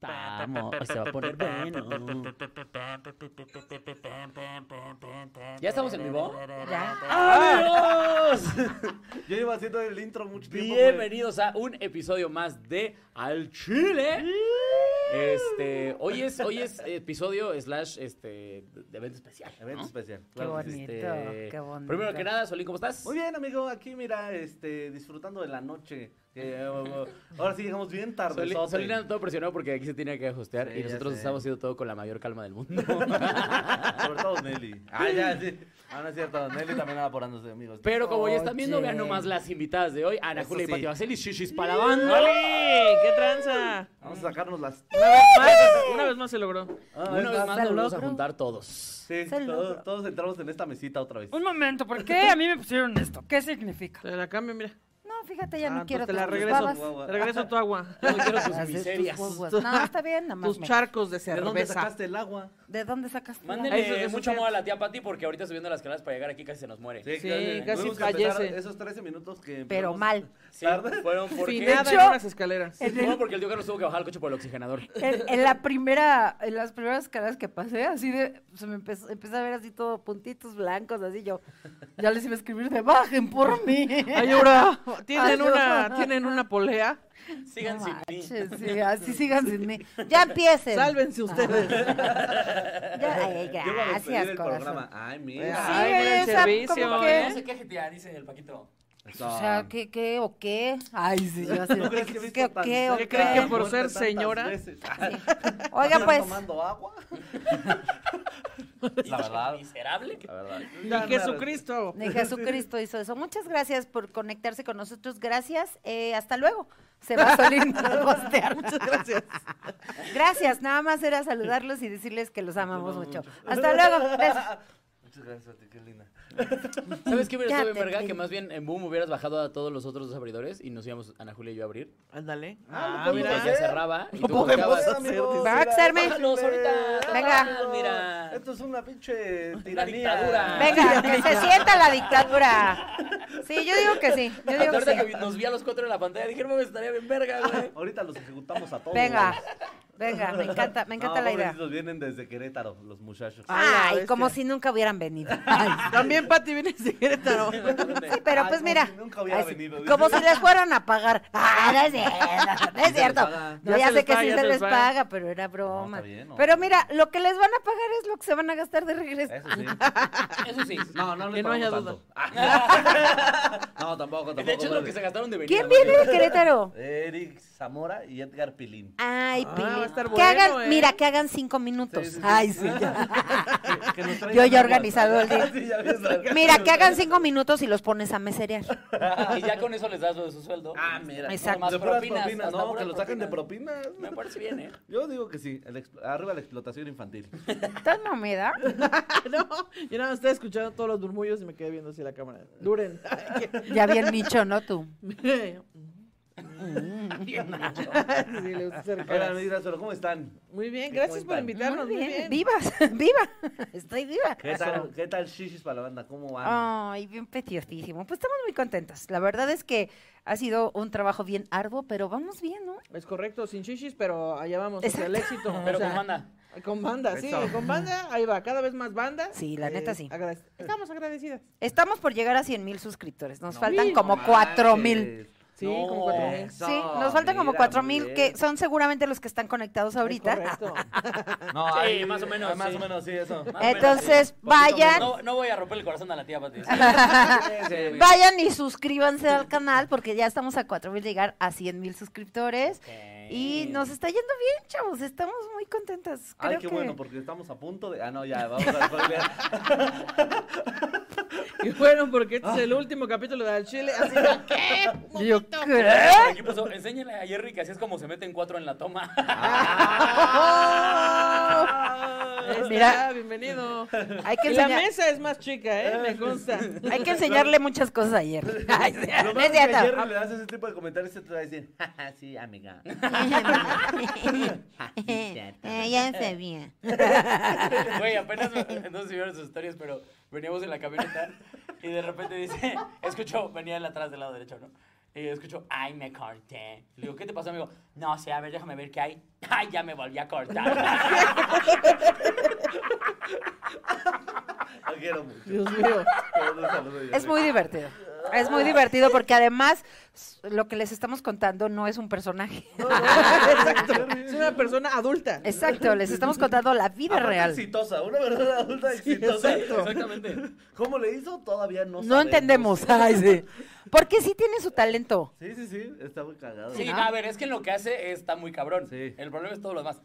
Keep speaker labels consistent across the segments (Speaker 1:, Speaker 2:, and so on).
Speaker 1: vamos, se va a poner bueno. ¿Ya estamos en vivo?
Speaker 2: Ya.
Speaker 1: ¡Amigos!
Speaker 3: Yo llevo haciendo el intro mucho tiempo. güey.
Speaker 1: Bienvenidos a un episodio más de Al Chile. Este, hoy es, hoy es episodio slash este de evento especial. ¿no?
Speaker 3: Evento especial.
Speaker 2: Qué
Speaker 3: claro que sí.
Speaker 2: bonito, qué bonito.
Speaker 1: este, Primero que nada, Solín, ¿cómo estás?
Speaker 3: Muy bien, amigo. Aquí, mira, este, disfrutando de la noche. Eh, ahora sí llegamos bien tarde.
Speaker 1: Soli- Solín anda todo presionado porque aquí se tiene que ajustear
Speaker 3: Sí,
Speaker 1: y
Speaker 3: ya
Speaker 1: nosotros
Speaker 3: sé.
Speaker 1: estamos haciendo todo con la mayor calma del mundo.
Speaker 3: Sobre todo Nelly. Ah, ya, sí. Ah, no es cierto. Nelly también anda apurándose, amigos.
Speaker 1: Pero como ya están viendo,
Speaker 2: Oye.
Speaker 1: vean nomás las invitadas de hoy. Ana
Speaker 3: Eso
Speaker 1: Julia y
Speaker 3: sí.
Speaker 1: Pati Vaseli, shishis para la banda.
Speaker 4: ¡Ole! ¡Qué tranza!
Speaker 3: Vamos a sacarnos las.
Speaker 4: Más- Una vez más se logró.
Speaker 3: Ah,
Speaker 1: Una
Speaker 3: es-
Speaker 1: vez más
Speaker 2: Hasta
Speaker 1: nos vamos a
Speaker 2: logro.
Speaker 1: juntar todos.
Speaker 3: Sí,
Speaker 2: Se logró.
Speaker 3: todos, todos entramos en esta mesita otra vez.
Speaker 5: Un momento, ¿por qué a mí me pusieron
Speaker 2: este
Speaker 5: esto? ¿Qué significa?
Speaker 4: Te la cambio, mira.
Speaker 2: No, fíjate, ya
Speaker 4: Ah,
Speaker 2: no quiero
Speaker 4: entonces te la
Speaker 2: tus
Speaker 4: regreso.
Speaker 2: babas.
Speaker 3: Guau, guau.
Speaker 4: Te regreso tu agua.
Speaker 1: Yo quiero tus
Speaker 2: Las de tus
Speaker 1: miserias.
Speaker 2: guaguas. No, está bien, nada más.
Speaker 4: Tus
Speaker 2: me-
Speaker 4: charcos de
Speaker 3: ¿De dónde
Speaker 4: cerveza.
Speaker 3: sacaste el agua?
Speaker 2: ¿De dónde sacaste? la-
Speaker 1: Mándenle
Speaker 4: Eso- eso
Speaker 1: mucho
Speaker 4: sí.
Speaker 1: amor a la tía Pati porque ahorita subiendo las escaleras para llegar aquí casi se nos muere.
Speaker 4: Sí,
Speaker 3: claro,
Speaker 4: casi
Speaker 3: tuvimos que empezar
Speaker 4: fallece.
Speaker 3: Esos 13 minutos que.
Speaker 2: Pero
Speaker 3: empezamos-
Speaker 2: mal.
Speaker 1: Sí, fueron porque,
Speaker 4: Finada en
Speaker 2: hecho-
Speaker 4: unas escaleras.
Speaker 1: fueron porque el tío Carlos tuvo que bajar el coche por el oxigenador.
Speaker 2: En, en la primera, en las primeras caras que pasé, así de, se me empezó, empecé a ver así todo puntitos blancos, así yo, ya les iba a escribir de bajen por mí.
Speaker 4: Ayura, tienen
Speaker 2: Ayura.
Speaker 4: una, tienen una polea.
Speaker 1: Sigan
Speaker 2: No
Speaker 1: sin mí.
Speaker 2: manches, sí, así sigan sin mí. Ya empiecen.
Speaker 4: Sálvense ustedes.
Speaker 2: Ya, ay,
Speaker 3: Yo voy a despedir
Speaker 2: gracias,
Speaker 3: el
Speaker 2: corazón. Pues
Speaker 3: programa. Ay,
Speaker 2: Sí,
Speaker 3: mira.
Speaker 4: Ay, mira el
Speaker 2: esa,
Speaker 4: servicio,
Speaker 2: ¿cómo
Speaker 4: ¿eh?
Speaker 2: que?
Speaker 1: No sé qué tía, dice el Paquito.
Speaker 2: O sea, ¿qué, qué o qué? Ay, sí, yo así,
Speaker 3: ¿No crees que he
Speaker 2: ¿qué,
Speaker 3: visto
Speaker 2: qué,
Speaker 3: tan
Speaker 2: qué o
Speaker 3: cerca
Speaker 4: creen
Speaker 3: de
Speaker 2: qué?
Speaker 4: que por
Speaker 3: muerte
Speaker 4: ser
Speaker 3: tantas
Speaker 4: señora?
Speaker 3: veces?
Speaker 2: Oiga,
Speaker 3: ¿Están
Speaker 2: pues,
Speaker 3: tomando agua? La verdad.
Speaker 1: Miserable.
Speaker 3: La verdad.
Speaker 4: Y Jesucristo.
Speaker 2: ni Jesucristo hizo eso. Muchas gracias por conectarse con nosotros. Gracias. eh, hasta luego. Se va a salir a postear.
Speaker 4: Muchas gracias.
Speaker 2: Gracias, nada más era saludarlos y decirles que los amamos mucho. Hasta luego. Gracias.
Speaker 3: Muchas gracias a ti, qué linda.
Speaker 1: ¿Sabes qué hubiera
Speaker 2: Ya
Speaker 1: estado bien
Speaker 2: te
Speaker 1: verga?
Speaker 2: entendí.
Speaker 1: Que más bien en Boom hubieras bajado a todos los otros dos abridores y nos íbamos Ana Julia y yo a abrir.
Speaker 4: Ándale.
Speaker 3: Ah,
Speaker 4: Ah,
Speaker 3: lo
Speaker 1: Y
Speaker 3: Mira.
Speaker 1: pues ya cerraba y tú
Speaker 3: Podemos
Speaker 1: volteabas.
Speaker 3: hacer, amigos,
Speaker 2: Va a
Speaker 3: mira,
Speaker 2: hacerme.
Speaker 3: fáciles.
Speaker 1: ahorita,
Speaker 2: Venga.
Speaker 1: mira.
Speaker 3: Esto es una pinche
Speaker 1: Una
Speaker 3: tiranía.
Speaker 1: dictadura.
Speaker 2: Venga, que se sienta la dictadura. Sí, yo digo que sí. Yo
Speaker 1: Hasta
Speaker 2: digo
Speaker 1: ahorita
Speaker 2: que
Speaker 1: que
Speaker 2: sí.
Speaker 1: nos vi a los cuatro en la pantalla, dije, no me estaría bien verga, güey.
Speaker 3: Ahorita los ejecutamos a todos.
Speaker 2: Venga, venga, me encanta, me encanta
Speaker 3: No,
Speaker 2: la idea.
Speaker 3: pobrecitos, vienen desde Querétaro, los muchachos.
Speaker 4: Ah, la
Speaker 2: Ay,
Speaker 4: bestia.
Speaker 2: como si nunca hubieran venido.
Speaker 4: También Pati viene de Querétaro.
Speaker 2: Sí, pero
Speaker 3: Ay,
Speaker 2: pues
Speaker 3: como
Speaker 2: mira,
Speaker 3: si nunca hubiera
Speaker 2: ay, sí,
Speaker 3: venido, dice.
Speaker 2: como si les fueran a pagar. Ah, no es cierto, no es
Speaker 3: les
Speaker 2: cierto.
Speaker 3: paga.
Speaker 2: No,
Speaker 4: Ya
Speaker 2: ya,
Speaker 4: se les
Speaker 2: sé que
Speaker 4: paga,
Speaker 2: sí
Speaker 4: ya
Speaker 2: se
Speaker 4: se
Speaker 2: les
Speaker 4: les paga.
Speaker 2: paga, pero era broma.
Speaker 3: bien, no.
Speaker 2: Pero mira, lo que les van a pagar es lo que se van a gastar de regreso.
Speaker 3: Eso sí.
Speaker 1: Eso sí.
Speaker 3: No, no
Speaker 4: Que
Speaker 3: les
Speaker 4: no haya
Speaker 3: pagamos tanto. No, tampoco, tampoco.
Speaker 1: De hecho, es lo
Speaker 3: brother.
Speaker 1: que se gastaron de venir.
Speaker 2: ¿Quién viene de Querétaro?
Speaker 3: Eric Zamora y Edgar Pilín.
Speaker 2: Ay,
Speaker 4: Ah,
Speaker 2: Pili.
Speaker 4: va a estar
Speaker 2: que
Speaker 4: bueno,
Speaker 2: hagan,
Speaker 4: ¿eh?
Speaker 2: mira, que hagan cinco minutos.
Speaker 3: Sí, sí, sí.
Speaker 2: Ay, sí. ya.
Speaker 3: Que- que nos traigan
Speaker 2: Yo ya
Speaker 3: algo.
Speaker 2: he organizado el día.
Speaker 3: Sí, ya habías organizado.
Speaker 2: Mira, que hagan cinco minutos y los pones a meserear.
Speaker 1: Y ya con eso les das lo de su sueldo.
Speaker 3: Ah, mira.
Speaker 2: Exacto.
Speaker 3: De
Speaker 1: Más
Speaker 3: puras
Speaker 1: propinas,
Speaker 3: propinas,
Speaker 1: hasta
Speaker 3: no,
Speaker 1: puras
Speaker 3: que lo saquen de
Speaker 1: propinas.
Speaker 3: propinas.
Speaker 1: Me parece bien, ¿eh?
Speaker 3: Yo digo que sí, el expl- arriba la explotación infantil.
Speaker 2: ¿Estás mameda?
Speaker 4: No, yo nada más estaba escuchando todos los murmullos y me quedé viendo así la cámara. Duren.
Speaker 2: Ya bien nicho, ¿no tú?
Speaker 4: Sí, le gusta hacer
Speaker 3: Hola,
Speaker 4: caras.
Speaker 3: amigas, pero ¿cómo están?
Speaker 4: Muy bien,
Speaker 3: ¿Qué
Speaker 4: gracias por
Speaker 3: cuentan?
Speaker 4: invitarnos. Muy bien.
Speaker 2: Vivas, viva. Estoy viva.
Speaker 3: ¿Qué tal, ¿Qué tal shishis para la banda? ¿Cómo van?
Speaker 2: Ay, bien petiosísimo. Pues estamos muy contentas. La verdad es que ha sido un trabajo bien arduo, pero vamos bien, ¿no?
Speaker 4: Es correcto, sin chichis, pero allá vamos hacia el éxito.
Speaker 1: Pero pues
Speaker 4: o sea,
Speaker 1: con banda.
Speaker 4: Con banda, sí,
Speaker 3: Eso.
Speaker 4: con banda, ahí va, cada vez más banda. Eh,
Speaker 2: Sí, la neta sí.
Speaker 4: agrade- Estamos agradecidas.
Speaker 2: Estamos por llegar a 100 mil suscriptores. Nos
Speaker 3: No
Speaker 2: faltan
Speaker 3: manches.
Speaker 2: como cuatro mil.
Speaker 4: Sí, como cuatro mil.
Speaker 3: eso,
Speaker 2: Sí, nos faltan como
Speaker 3: mira,
Speaker 2: cuatro
Speaker 3: muy
Speaker 2: mil
Speaker 3: bien.
Speaker 2: que son seguramente los que están conectados
Speaker 4: Es
Speaker 2: ahorita.
Speaker 4: correcto.
Speaker 3: No,
Speaker 1: Sí,
Speaker 3: ahí-
Speaker 1: más o menos,
Speaker 3: ah, Más
Speaker 1: sí.
Speaker 3: o menos, sí, eso.
Speaker 1: Más o menos,
Speaker 2: Entonces,
Speaker 3: Poquito
Speaker 2: vayan,
Speaker 1: No, no voy a romper el corazón a la tía Pati.
Speaker 3: eh.
Speaker 2: vayan y suscríbanse al canal porque ya estamos a cuatro mil llegar a 100 mil suscriptores. Y nos está yendo bien, chavos. Estamos muy contentas. Creo
Speaker 3: Ay, qué
Speaker 2: que...
Speaker 3: bueno, porque estamos a punto de. Ah, no, ya, vamos a volver.
Speaker 4: Y bueno, porque este es el último capítulo de Al Chile, así que ¿qué?
Speaker 2: Yo
Speaker 4: Momento.
Speaker 2: creo-
Speaker 1: Aquí puso, enséñale a Jerry que así es como se meten cuatro en la toma.
Speaker 3: Ah.
Speaker 2: Oh.
Speaker 4: Ahí está,
Speaker 2: Mira.
Speaker 4: este, bienvenido.
Speaker 2: Hay que
Speaker 4: Y la
Speaker 2: enseñar.
Speaker 4: mesa es más chica, ¿eh? Me consta.
Speaker 2: Hay que enseñarle muchas cosas ayer. Ay, sí,
Speaker 3: Lo
Speaker 2: no
Speaker 3: malo
Speaker 2: es
Speaker 3: es que a
Speaker 2: cierto.
Speaker 3: Jerry le das ese tipo de comentarios y se te va a decir, jaja, sí, amiga.
Speaker 2: Eh, ya sabía.
Speaker 1: Güey, apenas me- no sé si vieron sus historias, pero veníamos en la camioneta y de repente dice, escucho, venía él atrás del lado derecho, ¿no?
Speaker 6: Y escucho, ay, me corté. Le digo, ¿qué te pasó, amigo? No sé, a ver, déjame ver qué hay. Ay, ya me volví a cortar.
Speaker 3: Lo quiero mucho.
Speaker 4: Dios mío.
Speaker 3: Un saludo, yo
Speaker 2: Es
Speaker 3: sé.
Speaker 2: muy divertido. Es muy divertido porque además s- lo que les estamos contando no es un personaje.
Speaker 4: Exacto. Es una persona adulta.
Speaker 2: Exacto, les estamos contando la vida
Speaker 3: Aparte
Speaker 2: real.
Speaker 3: exitosa, una verdadera adulta exitosa.
Speaker 4: exacto.
Speaker 1: Exactamente.
Speaker 3: ¿Cómo le hizo? Todavía no
Speaker 2: No
Speaker 3: sabemos.
Speaker 2: entendemos. Ay, sí. Porque sí tiene su talento.
Speaker 3: Sí, sí, sí, está muy cagado.
Speaker 6: Sí,
Speaker 2: ¿no?
Speaker 6: no, a ver, es que en lo que hace está muy cabrón.
Speaker 3: Sí.
Speaker 6: El problema es todo lo demás.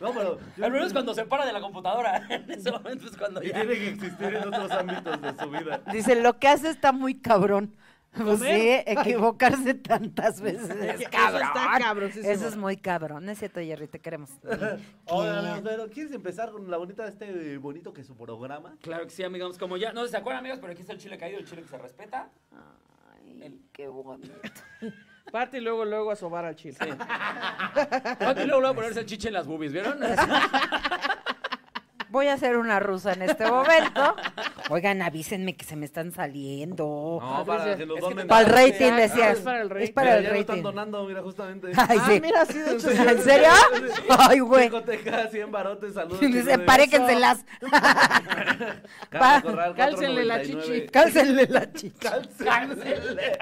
Speaker 3: No, pero...
Speaker 6: El problema es cuando se para de la computadora. En ese momento es cuando
Speaker 3: Y
Speaker 6: ya...
Speaker 3: tiene que existir en otros ámbitos de su vida.
Speaker 2: Dice, lo que hace está muy cabrón. Pues sí,
Speaker 4: Comer.
Speaker 2: equivocarse tantas veces es cabrón.
Speaker 4: Eso está cabrosísimo.
Speaker 2: Eso es muy cabrón. No es cierto, Jerry, te queremos.
Speaker 3: Hola, pero ¿quieres empezar con la bonita de este eh, bonito que es su programa?
Speaker 1: Claro que sí, amigos. Como
Speaker 6: Como ya, no sé si se acuerdan, amigos, pero aquí está el chile caído, el chile que se respeta.
Speaker 2: Ay, qué bonito.
Speaker 4: Parte y luego, luego a sobar al chile.
Speaker 1: Pati luego le va a ponerse el chiche en las boobies, ¿vieron?
Speaker 2: Voy a hacer una rusa en este momento. Oigan, avísenme que se me están saliendo.
Speaker 3: No, para que nos
Speaker 6: Es que
Speaker 3: donen.
Speaker 6: te-
Speaker 2: Para el rating,
Speaker 6: Ah,
Speaker 2: decías.
Speaker 4: es para el rating.
Speaker 2: para el
Speaker 3: Mira, ya lo están
Speaker 2: rating.
Speaker 3: donando, mira, justamente.
Speaker 2: Ay,
Speaker 4: Ah,
Speaker 2: sí.
Speaker 4: mira, sí, de hecho. sí.
Speaker 2: ¿En serio? Ay, güey.
Speaker 3: Discoteca, 100 barotes, saludos.
Speaker 2: Dice,
Speaker 3: chicos,
Speaker 2: paréquenselas.
Speaker 3: Carla Corral,
Speaker 4: Cálcenle la
Speaker 3: 4.99.
Speaker 2: Cálcenle la chicha.
Speaker 3: Cálcenle.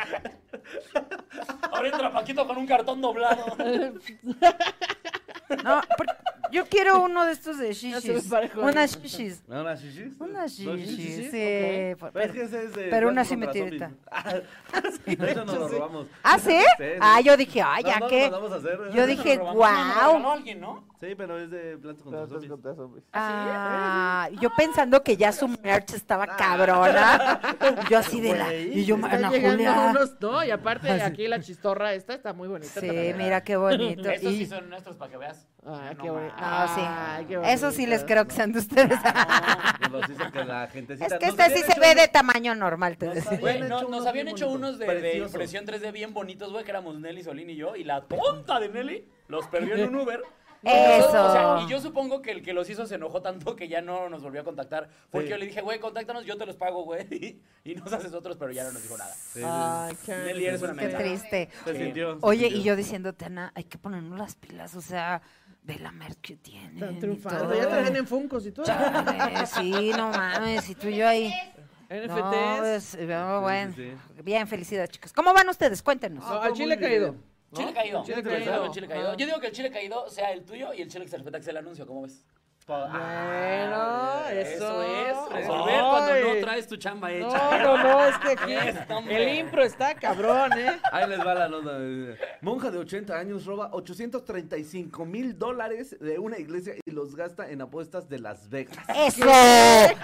Speaker 6: Ahora entra Paquito con un cartón doblado.
Speaker 2: No, por- yo quiero uno de estos de
Speaker 4: se me
Speaker 2: shishis.
Speaker 4: parejo.
Speaker 2: Una shishis.
Speaker 3: ¿No, unas shishis?
Speaker 2: Una
Speaker 3: ¿Dos
Speaker 2: shishis,
Speaker 3: shishis?
Speaker 2: sí. por-
Speaker 3: Pero, es que
Speaker 2: pero-
Speaker 3: ese es de
Speaker 2: pero una
Speaker 3: Plantas contra
Speaker 2: simetrita.
Speaker 3: Zombies. Ah, de hecho, nos lo robamos.
Speaker 2: ¿Ah, sí?
Speaker 3: Sí,
Speaker 2: Ah,
Speaker 3: sí.
Speaker 2: yo dije, ay,
Speaker 3: No,
Speaker 2: ya
Speaker 3: no lo
Speaker 2: qué.
Speaker 3: mandamos a hacer.
Speaker 2: Yo dije,
Speaker 6: Nos lo
Speaker 2: wow.
Speaker 6: regaló alguien, ¿no?
Speaker 3: Sí, pero es de Plantas contra Zombies.
Speaker 2: Ah, yo pensando que ya su merch estaba cabrona. Yo así de la.
Speaker 4: Güey,
Speaker 2: Y yo,
Speaker 4: está
Speaker 2: Ana
Speaker 4: llegando
Speaker 2: Julia. Ah,
Speaker 4: unos- no, y aparte aquí la chistorra esta está muy bonita.
Speaker 2: Sí,
Speaker 4: también.
Speaker 2: mira qué bonito.
Speaker 6: Estos sí
Speaker 2: Y-
Speaker 6: son nuestros para que veas.
Speaker 4: Ah,
Speaker 6: No
Speaker 4: qué bonito.
Speaker 6: mames.
Speaker 2: No, sí.
Speaker 4: Ay, qué
Speaker 2: Eso sí
Speaker 4: bonito.
Speaker 2: les creo que sean de ustedes.
Speaker 3: Nos los Pues hizo que la gentecita-
Speaker 2: Es que
Speaker 3: nos
Speaker 2: este sí
Speaker 3: habían
Speaker 2: se
Speaker 3: hecho
Speaker 2: ve
Speaker 3: unos-
Speaker 2: de tamaño normal, te
Speaker 3: No,
Speaker 2: decía.
Speaker 3: está-
Speaker 6: Güey,
Speaker 3: Habían
Speaker 6: no-
Speaker 3: hecho
Speaker 6: nos
Speaker 3: unos
Speaker 6: habían
Speaker 3: bien
Speaker 6: hecho
Speaker 3: bonitos,
Speaker 6: unos de, de
Speaker 3: preciosos.
Speaker 6: impresión 3D bien bonitos, güey, que éramos Nelly Solín y yo, y la tonta de Nelly los perdió en un Uber.
Speaker 2: Eso.
Speaker 6: O sea, y yo supongo que el que los hizo se enojó tanto que ya no nos volvió a contactar. Porque
Speaker 3: Sí.
Speaker 6: yo le dije, güey, contáctanos, yo te los pago, güey. Y, y nos haces otros, pero ya no nos dijo nada.
Speaker 3: Sí, sí, sí.
Speaker 4: Ay, qué
Speaker 6: Nelly, eres una
Speaker 2: Qué
Speaker 6: mensa.
Speaker 2: triste.
Speaker 3: Se
Speaker 6: Sí.
Speaker 3: sintió, se
Speaker 2: Oye,
Speaker 3: sintió.
Speaker 2: y yo diciéndote, Ana, hay que ponernos las pilas, o sea, ve la merch que tienen.
Speaker 4: Están
Speaker 2: y
Speaker 4: triunfando.
Speaker 2: todo.
Speaker 4: Ya te venden funcos y todo.
Speaker 2: Chale, Sí, no mames, y tú y yo ahí. No,
Speaker 4: NFTs.
Speaker 2: pues, no, bueno.
Speaker 3: sí,
Speaker 2: Bien, felicidades, chicos. ¿Cómo van ustedes? Cuéntenos.
Speaker 4: No, al chile caído. ¿no?
Speaker 6: Chile caído. Yo
Speaker 4: Chile
Speaker 6: digo
Speaker 4: caído.
Speaker 6: que el chile caído.
Speaker 4: Ah.
Speaker 6: Yo digo que el chile caído sea el tuyo y el chile que se respeta que sea el anuncio, ¿cómo ves?
Speaker 4: Bueno, eso,
Speaker 6: es,
Speaker 1: Resolver cuando no
Speaker 4: Ay.
Speaker 1: traes tu chamba hecha.
Speaker 4: No, no, no, es que aquí
Speaker 6: Esto, hombre.
Speaker 4: el impro está cabrón, ¿eh?
Speaker 3: Ahí les va la nota. dice, Monja de 80 años roba 835 mil dólares de una iglesia y los gasta en apuestas de Las Vegas.
Speaker 2: ¡Eso!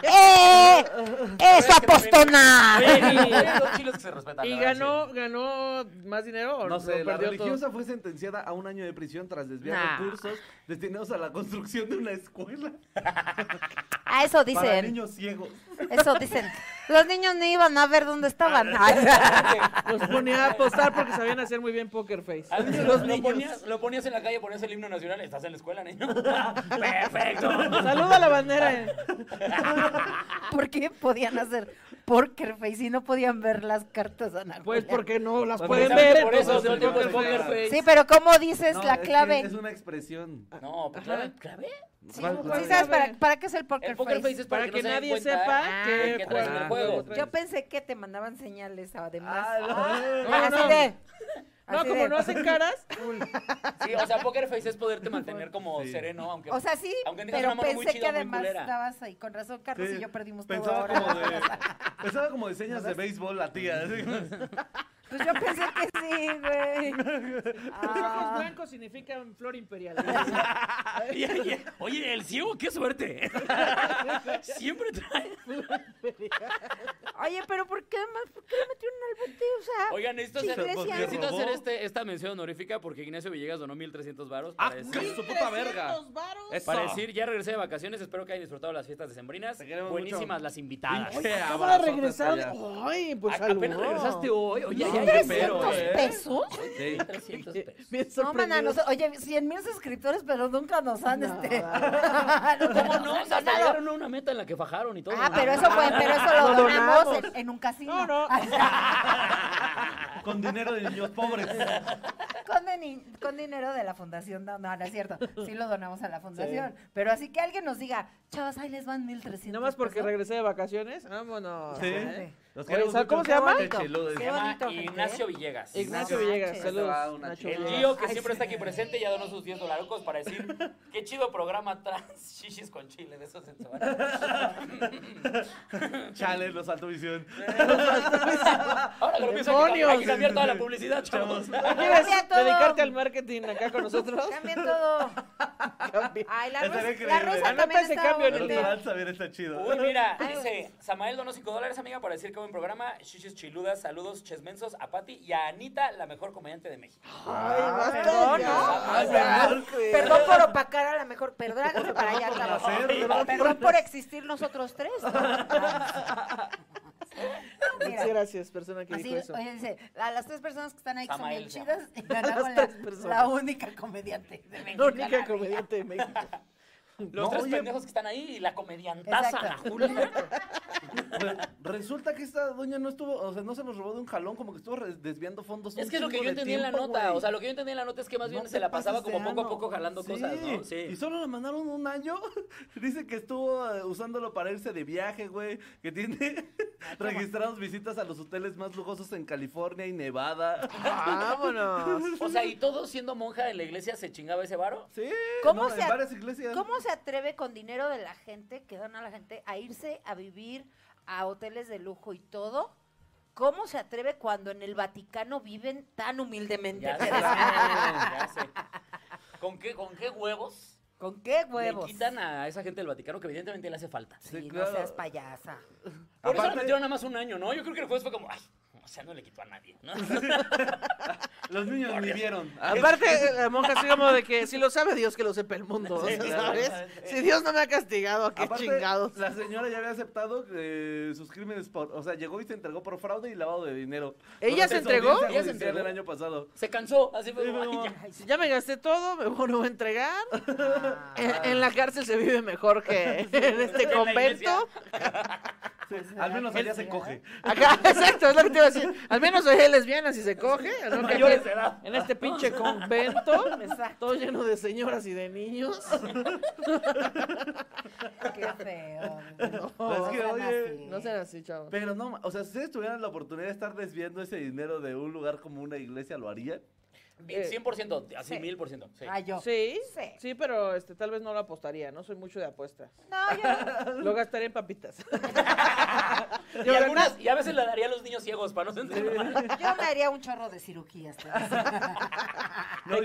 Speaker 2: ¡Eh! ¡Eso,
Speaker 6: Oye, que
Speaker 2: apostona!
Speaker 6: Oye, y- oye, dos chiles que se respetan.
Speaker 4: ¿Y
Speaker 6: la verdad,
Speaker 4: ganó, ganó más dinero o
Speaker 3: No sé,
Speaker 4: lo
Speaker 3: la
Speaker 4: perdió todo?
Speaker 3: religiosa fue sentenciada a un año de prisión tras desviar
Speaker 2: Nah.
Speaker 3: recursos destinados a la construcción de una escuela
Speaker 2: Ah, eso
Speaker 3: para
Speaker 2: dicen.
Speaker 3: niños ciegos.
Speaker 2: Eso dicen. Los niños no iban a ver dónde estaban.
Speaker 4: Los ponía a apostar porque sabían hacer muy bien Poker Face.
Speaker 1: Ah,
Speaker 6: Al niño lo, lo ponías, lo ponías en la calle, ponías el himno nacional, estás en la escuela, niño. Perfecto.
Speaker 4: Saluda a la bandera. eh.
Speaker 2: ¿Por qué podían hacer poker face y no podían ver las cartas Ana
Speaker 4: Pues
Speaker 2: Julia?
Speaker 4: porque no las
Speaker 3: Pues
Speaker 4: pueden
Speaker 6: precisamente
Speaker 4: ver.
Speaker 6: por
Speaker 4: entonces
Speaker 6: eso
Speaker 4: hacen
Speaker 6: todo el tiempo
Speaker 4: Poker
Speaker 6: es
Speaker 4: Face.
Speaker 6: Poker Face.
Speaker 2: Sí, pero ¿cómo dices
Speaker 3: No,
Speaker 2: la
Speaker 3: es que
Speaker 2: clave?
Speaker 3: Es una expresión.
Speaker 6: No, pues clave, clave.
Speaker 2: Sí,
Speaker 3: ¿Cuál-
Speaker 2: sí
Speaker 3: cuál?
Speaker 2: sabes para, para qué es el poker,
Speaker 6: El poker face es para,
Speaker 4: Para que
Speaker 6: no se den
Speaker 4: nadie
Speaker 6: cuenta
Speaker 4: sepa
Speaker 2: que
Speaker 6: de que traes en el
Speaker 3: juegan.
Speaker 6: juego.
Speaker 2: Yo pensé que te mandaban señales además.
Speaker 3: Ah, no.
Speaker 4: No,
Speaker 2: Así
Speaker 4: no.
Speaker 2: de-
Speaker 4: No,
Speaker 2: así
Speaker 4: como
Speaker 2: de-
Speaker 4: no hacen caras.
Speaker 6: Sí, o sea, poker face es poderte mantener como sereno, aunque.
Speaker 2: O sea, sí,
Speaker 6: Aunque tengas
Speaker 2: pero
Speaker 6: una mano muy
Speaker 2: pensé que
Speaker 6: chida, muy
Speaker 2: además
Speaker 6: culera.
Speaker 2: estabas ahí. Con razón, Carlos y pues yo perdimos todo
Speaker 3: pensaba
Speaker 2: ahora.
Speaker 3: como de, pensaba como de señas de béisbol la tía. así.
Speaker 2: Pues yo pensé que sí, güey.
Speaker 4: Los ojos
Speaker 2: Ah,
Speaker 4: Pues blancos significan flor imperial.
Speaker 1: Oye, oye, oye, el ciego, qué suerte. Siempre trae.
Speaker 2: oye, pero ¿por qué además? ¿Por qué me metieron al bote? O sea,
Speaker 1: Oigan, necesito
Speaker 2: Sí,
Speaker 1: hacer,
Speaker 2: Iglesia.
Speaker 1: necesito hacer
Speaker 3: ¿Robó?
Speaker 1: este, esta mención honorífica porque Ignacio Villegas donó 1.300 varos
Speaker 3: Ah,
Speaker 1: para, decir,
Speaker 3: ¿qué? su puta verga.
Speaker 4: 1300 varos.
Speaker 3: Eso.
Speaker 1: para decir, ya regresé de vacaciones, espero que hayan disfrutado las fiestas decembrinas.
Speaker 3: Te queremos
Speaker 1: Buenísimas
Speaker 3: mucho.
Speaker 1: las invitadas.
Speaker 3: Pinche
Speaker 4: Cámara
Speaker 3: abrazotes
Speaker 4: regresaron.
Speaker 3: allá.
Speaker 4: Ay, pues
Speaker 1: A-
Speaker 4: saludó.
Speaker 1: apenas regresaste hoy. Oye,
Speaker 3: No,
Speaker 1: ya, ya,
Speaker 3: qué
Speaker 2: 300
Speaker 3: pero, ¿eh?
Speaker 2: pesos.
Speaker 3: Sí.
Speaker 6: 300
Speaker 4: Bien
Speaker 6: pesos.
Speaker 2: No, mana,
Speaker 4: sorprendidos.
Speaker 2: nos- oye, 100 mil suscriptores, pero nunca nos han este.
Speaker 1: ¿Cómo no? O sea, hasta
Speaker 2: Claro.
Speaker 1: llegaron a una meta en la que fajaron y todo. Ah,
Speaker 2: Ah, pero eso fue, pero eso lo
Speaker 4: Lo
Speaker 2: donamos
Speaker 4: donamos.
Speaker 2: en, en un casino.
Speaker 4: No, no.
Speaker 7: Con dinero de niños pobres.
Speaker 2: Con, de ni- con dinero de la fundación, no, no, no es cierto. Sí lo donamos a la fundación. Pero así que alguien nos diga, chavas, ahí les van 1300.
Speaker 4: Nomás porque
Speaker 2: pesos".
Speaker 4: regresé de vacaciones. Vámonos.
Speaker 7: Sí.
Speaker 4: ¿eh?
Speaker 3: Los
Speaker 4: Oye,
Speaker 3: queremos
Speaker 4: ¿sabes cómo
Speaker 3: mucho,
Speaker 4: se llama?
Speaker 3: Nacho y Ludes.
Speaker 1: Se
Speaker 2: Qué
Speaker 1: llama
Speaker 2: bonito, gente.
Speaker 1: Ignacio Villegas.
Speaker 4: Ignacio
Speaker 2: Nacho
Speaker 4: Villegas,
Speaker 2: Sánchez.
Speaker 3: Ahí
Speaker 4: saludos.
Speaker 3: está,
Speaker 4: Nacho
Speaker 1: El
Speaker 4: Villegas.
Speaker 1: lío que siempre está aquí presente ya donó sus 10 dolarocos para decir qué chido programa trans shishis con chile de esos en
Speaker 7: Chale, los alto visión.
Speaker 1: Ahora que lo pienso hay que
Speaker 4: ¡Demonios!
Speaker 1: cambiar- hay que cambiar toda la publicidad, chavos.
Speaker 4: ¿Quieres
Speaker 2: Cambia todo.
Speaker 4: dedicarte al marketing acá con nosotros?
Speaker 2: Cambien todo. Ay, la,
Speaker 7: Estaría
Speaker 2: rosa, la
Speaker 7: increíble.
Speaker 2: rosa
Speaker 4: Anota
Speaker 2: también
Speaker 4: ese
Speaker 2: estaba
Speaker 4: cambio en el
Speaker 7: Los
Speaker 2: bonita.
Speaker 7: alto saber está chido.
Speaker 1: Uy, mira,
Speaker 2: Ay,
Speaker 1: dice Samael donó 5 dólares, amiga, para decir que buen programa. Shishis chiludas, saludos chesmensos a Pati y a Anita, la mejor comediante de México.
Speaker 4: Ay,
Speaker 3: Ah,
Speaker 4: basta
Speaker 2: perdón,
Speaker 4: ya.
Speaker 2: ¿no?
Speaker 4: Ay,
Speaker 2: O sea,
Speaker 4: perdón, güey.
Speaker 2: Perdón por opacar a la mejor. Perdón, hágase para allá, Carlos.
Speaker 7: hacer,
Speaker 2: Perdón, por existir nosotros tres. ¿no? Mira,
Speaker 4: Muchas gracias, persona que
Speaker 2: así,
Speaker 4: dijo eso.
Speaker 2: oye, dice, a las tres personas que están ahí que son
Speaker 1: Samael,
Speaker 2: bien chidas, y la,
Speaker 4: las
Speaker 2: la-
Speaker 4: tres personas.
Speaker 2: la única comediante de México.
Speaker 4: La única comediante de México.
Speaker 1: Los
Speaker 3: No,
Speaker 1: tres
Speaker 3: oye.
Speaker 1: pendejos que están ahí y la comediantaza,
Speaker 2: Exacto.
Speaker 1: Ana Julia.
Speaker 3: Re- Resulta que esta doña no estuvo, o sea, no se nos robó de un jalón, como que estuvo re- desviando fondos.
Speaker 1: Es
Speaker 3: un
Speaker 1: que es lo que
Speaker 3: chingo
Speaker 1: yo
Speaker 3: de
Speaker 1: entendí en la
Speaker 3: tiempo,
Speaker 1: nota.
Speaker 3: güey.
Speaker 1: O sea, lo que yo entendí en la nota es que más bien
Speaker 3: No
Speaker 1: se
Speaker 3: te
Speaker 1: la pasaba
Speaker 3: pases
Speaker 1: como
Speaker 3: de
Speaker 1: poco a
Speaker 3: ano.
Speaker 1: poco jalando
Speaker 3: Sí,
Speaker 1: cosas, ¿no?
Speaker 3: Y
Speaker 1: Sí.
Speaker 3: solo la mandaron un año. Dice que estuvo eh, usándolo para irse de viaje, güey. Que tiene
Speaker 1: Ah,
Speaker 3: registrados visitas a los hoteles más lujosos en California y Nevada.
Speaker 4: Vámonos.
Speaker 1: O sea, y todo siendo monja en la iglesia se chingaba ese varo.
Speaker 3: Sí.
Speaker 2: ¿Cómo
Speaker 3: no,
Speaker 2: se
Speaker 3: en
Speaker 2: a-
Speaker 3: varias iglesias.
Speaker 2: ¿Cómo se atreve con dinero de la gente, que dona a la gente, a irse a vivir a hoteles de lujo y todo? ¿Cómo se atreve cuando en el Vaticano viven tan humildemente?
Speaker 1: Ya sé, ya sé. ¿Con qué, ¿Con qué huevos,
Speaker 2: ¿Con qué
Speaker 1: le
Speaker 2: huevos?
Speaker 1: quitan a esa gente del Vaticano que evidentemente le hace falta?
Speaker 2: Sí,
Speaker 3: Sí,
Speaker 2: no
Speaker 3: claro.
Speaker 2: seas payasa.
Speaker 1: Por eso
Speaker 3: Aparte-
Speaker 1: le metieron nada más un año, ¿no? Yo creo que el juez fue como, ay, o sea, no le quitó a nadie, ¿no?
Speaker 3: Los niños ni vieron. Ah,
Speaker 4: Aparte, la monja así como de que si lo sabe Dios, que lo sepa el mundo, o sea,
Speaker 1: Sí,
Speaker 4: ¿sabes?
Speaker 1: exactamente.
Speaker 4: Si Dios no me ha castigado, ¿a qué
Speaker 3: aparte,
Speaker 4: chingados?
Speaker 3: La señora ya había aceptado eh, sus crímenes por. O sea, llegó y se entregó por fraude y lavado de dinero.
Speaker 4: ¿Ella se
Speaker 3: Durante su
Speaker 4: entregó?
Speaker 3: audiencia
Speaker 1: Ella se
Speaker 3: judicial
Speaker 1: entregó.
Speaker 3: El año pasado.
Speaker 1: Se cansó, así fue como,
Speaker 3: Sí,
Speaker 1: ay,
Speaker 3: no.
Speaker 1: ya.
Speaker 4: Si ya me gasté todo, me vuelvo a entregar. En, en la cárcel se vive mejor que en este
Speaker 1: la
Speaker 4: convento.
Speaker 1: Ah,
Speaker 3: Al menos ella se coge.
Speaker 4: Acá, exacto, es lo que te iba a decir. Al menos soy lesbiana si se coge. ¿no? Que
Speaker 1: Mayores
Speaker 4: acá-
Speaker 1: de edad.
Speaker 4: En este pinche convento,
Speaker 2: Exacto.
Speaker 4: todo lleno de señoras y de niños.
Speaker 2: Qué feo.
Speaker 3: Pues que,
Speaker 2: sean
Speaker 3: oye,
Speaker 2: así.
Speaker 4: No será así, chavos.
Speaker 3: Pero no, ma- o sea, si ustedes tuvieran la oportunidad de estar desviando ese dinero de un lugar como una iglesia, ¿lo harían? Eh,
Speaker 1: Bien, 100%, así
Speaker 2: Sí.
Speaker 1: 1000%. Sí.
Speaker 2: Ah, yo.
Speaker 4: Eh, Sí,
Speaker 2: Sí.
Speaker 4: sí, pero este, tal vez no lo apostaría, no soy mucho de apuestas.
Speaker 2: No, yo no.
Speaker 4: Lo gastaría en papitas.
Speaker 1: Y, algunas, y a veces le daría a los niños ciegos para no se enterar.
Speaker 2: Yo me haría un chorro de cirugías. te digo.
Speaker 4: Te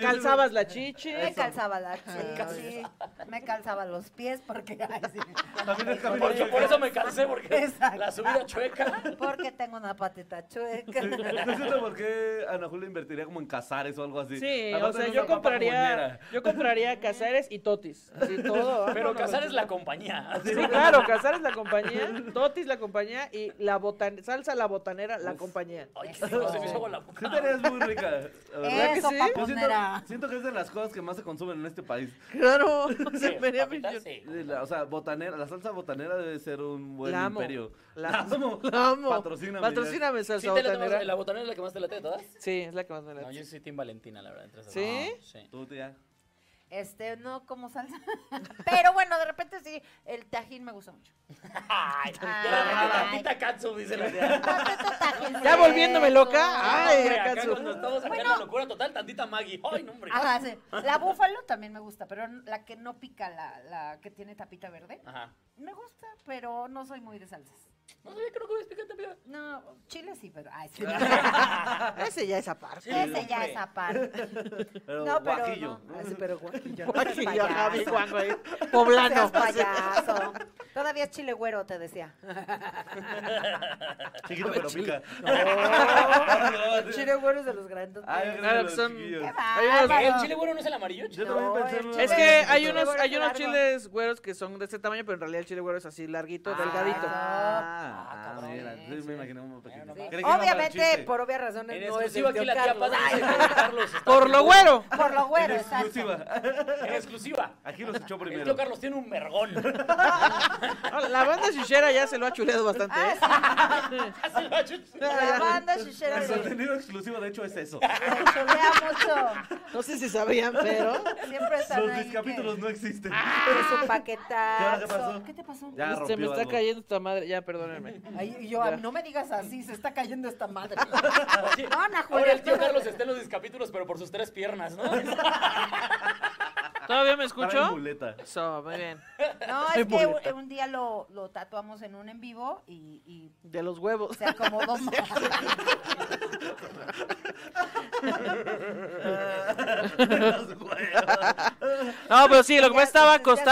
Speaker 4: calzabas la chichi.
Speaker 2: Me calzaba la chichi, me calzaba los pies porque ay, sí.
Speaker 3: También es camino
Speaker 1: Por, eso- por eso me cansé, porque
Speaker 2: Exacto.
Speaker 1: la subida chueca.
Speaker 2: porque tengo una patita chueca.
Speaker 3: No entiendo por qué Ana Julia invertiría como en cazares o algo así.
Speaker 4: Sí,
Speaker 3: Aparte
Speaker 4: o sea,
Speaker 3: de
Speaker 4: yo
Speaker 3: una papa
Speaker 4: compraría,
Speaker 3: muñera.
Speaker 4: yo compraría Casares y Totis. Así todo. Ah,
Speaker 1: Pero
Speaker 4: vámonos.
Speaker 1: casar es la compañía.
Speaker 4: Sí, claro, Casares la compañía, Totis la compañía y la botan salsa la botanera la compañía.
Speaker 1: Ay, qué
Speaker 4: Oh.
Speaker 1: rico, se me hizo agua la
Speaker 3: Sí,
Speaker 1: boca.
Speaker 3: estarías muy rica. la verdad.
Speaker 4: que
Speaker 2: Eso,
Speaker 4: sí?
Speaker 3: Yo siento,
Speaker 2: paponera.
Speaker 3: siento que es de las cosas que más se consumen en este país.
Speaker 4: Claro, se
Speaker 1: Sí,
Speaker 4: me haría
Speaker 1: papitas,
Speaker 4: millonario.
Speaker 1: sí.
Speaker 3: Eh, la- o sea, botanera, la salsa botanera debe ser un buen
Speaker 4: La amo.
Speaker 3: imperio.
Speaker 4: La
Speaker 3: amo.
Speaker 4: La amo.
Speaker 3: Patrocíname, ya.
Speaker 4: Patrocíname
Speaker 1: Sí,
Speaker 4: salsa
Speaker 1: te la, tomas,
Speaker 4: botanera.
Speaker 1: la botanera es la que más te late de todas.
Speaker 4: Sí, es la que más me
Speaker 1: No,
Speaker 4: late.
Speaker 1: yo soy Team Valentina, la verdad. entre esas
Speaker 4: ¿Sí?
Speaker 1: dos. Sí.
Speaker 3: Tú, tía.
Speaker 2: Este, no como salsa. Pero bueno, de repente sí, el tajín me gusta mucho.
Speaker 1: Ay,
Speaker 2: Ay.
Speaker 1: la ratita katsu, dice la tía.
Speaker 2: Tantito tajín
Speaker 4: Ya
Speaker 2: fresco.
Speaker 4: volviéndome loca. Ay,
Speaker 1: Hombre, acá
Speaker 4: acaso.
Speaker 1: cuando estamos sacando
Speaker 2: Ah, Bueno.
Speaker 1: locura total, tantita Maggie. Ay, no, hombre.
Speaker 2: Ajá, sí. La búfalo también me gusta, pero la que no pica, la, la que tiene tapita verde,
Speaker 1: Ajá.
Speaker 2: me gusta, pero no soy muy de salsas.
Speaker 1: No sabía que no comías picante, amiga.
Speaker 2: No, chile sí, pero... Ay, sí.
Speaker 4: Ah, Ese ya es aparte.
Speaker 1: Sí,
Speaker 2: Ese ya
Speaker 1: hombre.
Speaker 2: es aparte.
Speaker 3: Pero
Speaker 2: No, Ah, pero
Speaker 3: guajillo.
Speaker 2: no.
Speaker 4: Ese pero guajillo.
Speaker 2: Guajillo,
Speaker 4: Guajillo, ajá,
Speaker 2: payaso.
Speaker 4: mi guango ahí.
Speaker 2: No seas
Speaker 4: Poblano.
Speaker 2: payaso. Todavía es chile güero, te decía.
Speaker 3: Chiquito pero pica.
Speaker 1: Ah,
Speaker 2: Chile güero es de los grandes.
Speaker 3: Ay,
Speaker 4: Claro que
Speaker 3: los
Speaker 4: son-
Speaker 3: chiquillos.
Speaker 2: ¡Qué
Speaker 4: Hay unos-
Speaker 1: ¿Qué? ¿El
Speaker 2: bárbaro!
Speaker 1: chile bueno no es el amarillo?
Speaker 3: Yo
Speaker 2: No,
Speaker 3: también pensé
Speaker 2: el
Speaker 3: en uno
Speaker 2: chile-
Speaker 4: Es
Speaker 3: de
Speaker 4: que
Speaker 3: esos
Speaker 4: hay
Speaker 3: chiquitos.
Speaker 4: unos, hay unos
Speaker 2: Largo.
Speaker 4: chiles güeros que son de este tamaño, pero en realidad el chile güero es así larguito, delgadito.
Speaker 2: Ah,
Speaker 3: Ah,
Speaker 6: cabrón.
Speaker 3: mira,
Speaker 6: Sí,
Speaker 3: sí,
Speaker 6: sí.
Speaker 3: me imaginé un poquito.
Speaker 6: Bueno,
Speaker 2: Sí.
Speaker 6: va.
Speaker 3: Creí que era para el
Speaker 2: Obviamente,
Speaker 3: chiste.
Speaker 2: por obvias razones,
Speaker 1: En
Speaker 2: no es el
Speaker 1: exclusiva aquí la tía
Speaker 2: Carlos.
Speaker 1: Paz. Carlos está
Speaker 4: Por lo güero.
Speaker 2: Ay, Por lo güero,
Speaker 3: En
Speaker 2: exacto.
Speaker 3: exclusiva.
Speaker 1: En exclusiva.
Speaker 3: Aquí los echó
Speaker 1: El
Speaker 3: primero.
Speaker 1: tío Carlos tiene un mergón.
Speaker 4: No, Ah, La banda chichera ya se lo ha chuleado bastante. ¿eh?
Speaker 1: Así lo ha hecho.
Speaker 2: Ah, La banda chichera
Speaker 3: El
Speaker 2: le
Speaker 3: contenido exclusivo, de hecho, es eso.
Speaker 2: cholea mucho.
Speaker 4: No sé si sabían, pero.
Speaker 2: Siempre están
Speaker 3: Los
Speaker 2: ahí.
Speaker 3: discapítulos no existen.
Speaker 4: Ah,
Speaker 2: Es un
Speaker 3: ¿Qué pasó?
Speaker 2: paquetazo. ¿Qué te pasó?
Speaker 3: Ya
Speaker 4: se me
Speaker 3: rompió
Speaker 4: está
Speaker 3: algo.
Speaker 4: cayendo esta madre. Ya, perdónenme.
Speaker 2: Ay, y yo, a
Speaker 4: Ya.
Speaker 2: mí no me digas así, se está cayendo esta madre.
Speaker 1: Oye,
Speaker 2: No, Ana
Speaker 1: Ahora
Speaker 2: Julia,
Speaker 1: el tío
Speaker 2: no.
Speaker 1: Carlos está en los discapítulos, pero por sus tres piernas, ¿no?
Speaker 4: ¿Todavía me
Speaker 3: Ahora en
Speaker 4: escucho?
Speaker 3: muleta.
Speaker 4: Eso, muy bien.
Speaker 2: No, es que un, un día lo, lo tatuamos en un en vivo y, y
Speaker 4: De los huevos.
Speaker 2: se acomodó más.
Speaker 3: Los huevos.
Speaker 4: No, pero sí, lo
Speaker 2: Ya,
Speaker 4: que pasa
Speaker 2: pues,
Speaker 4: estaba
Speaker 2: ya se-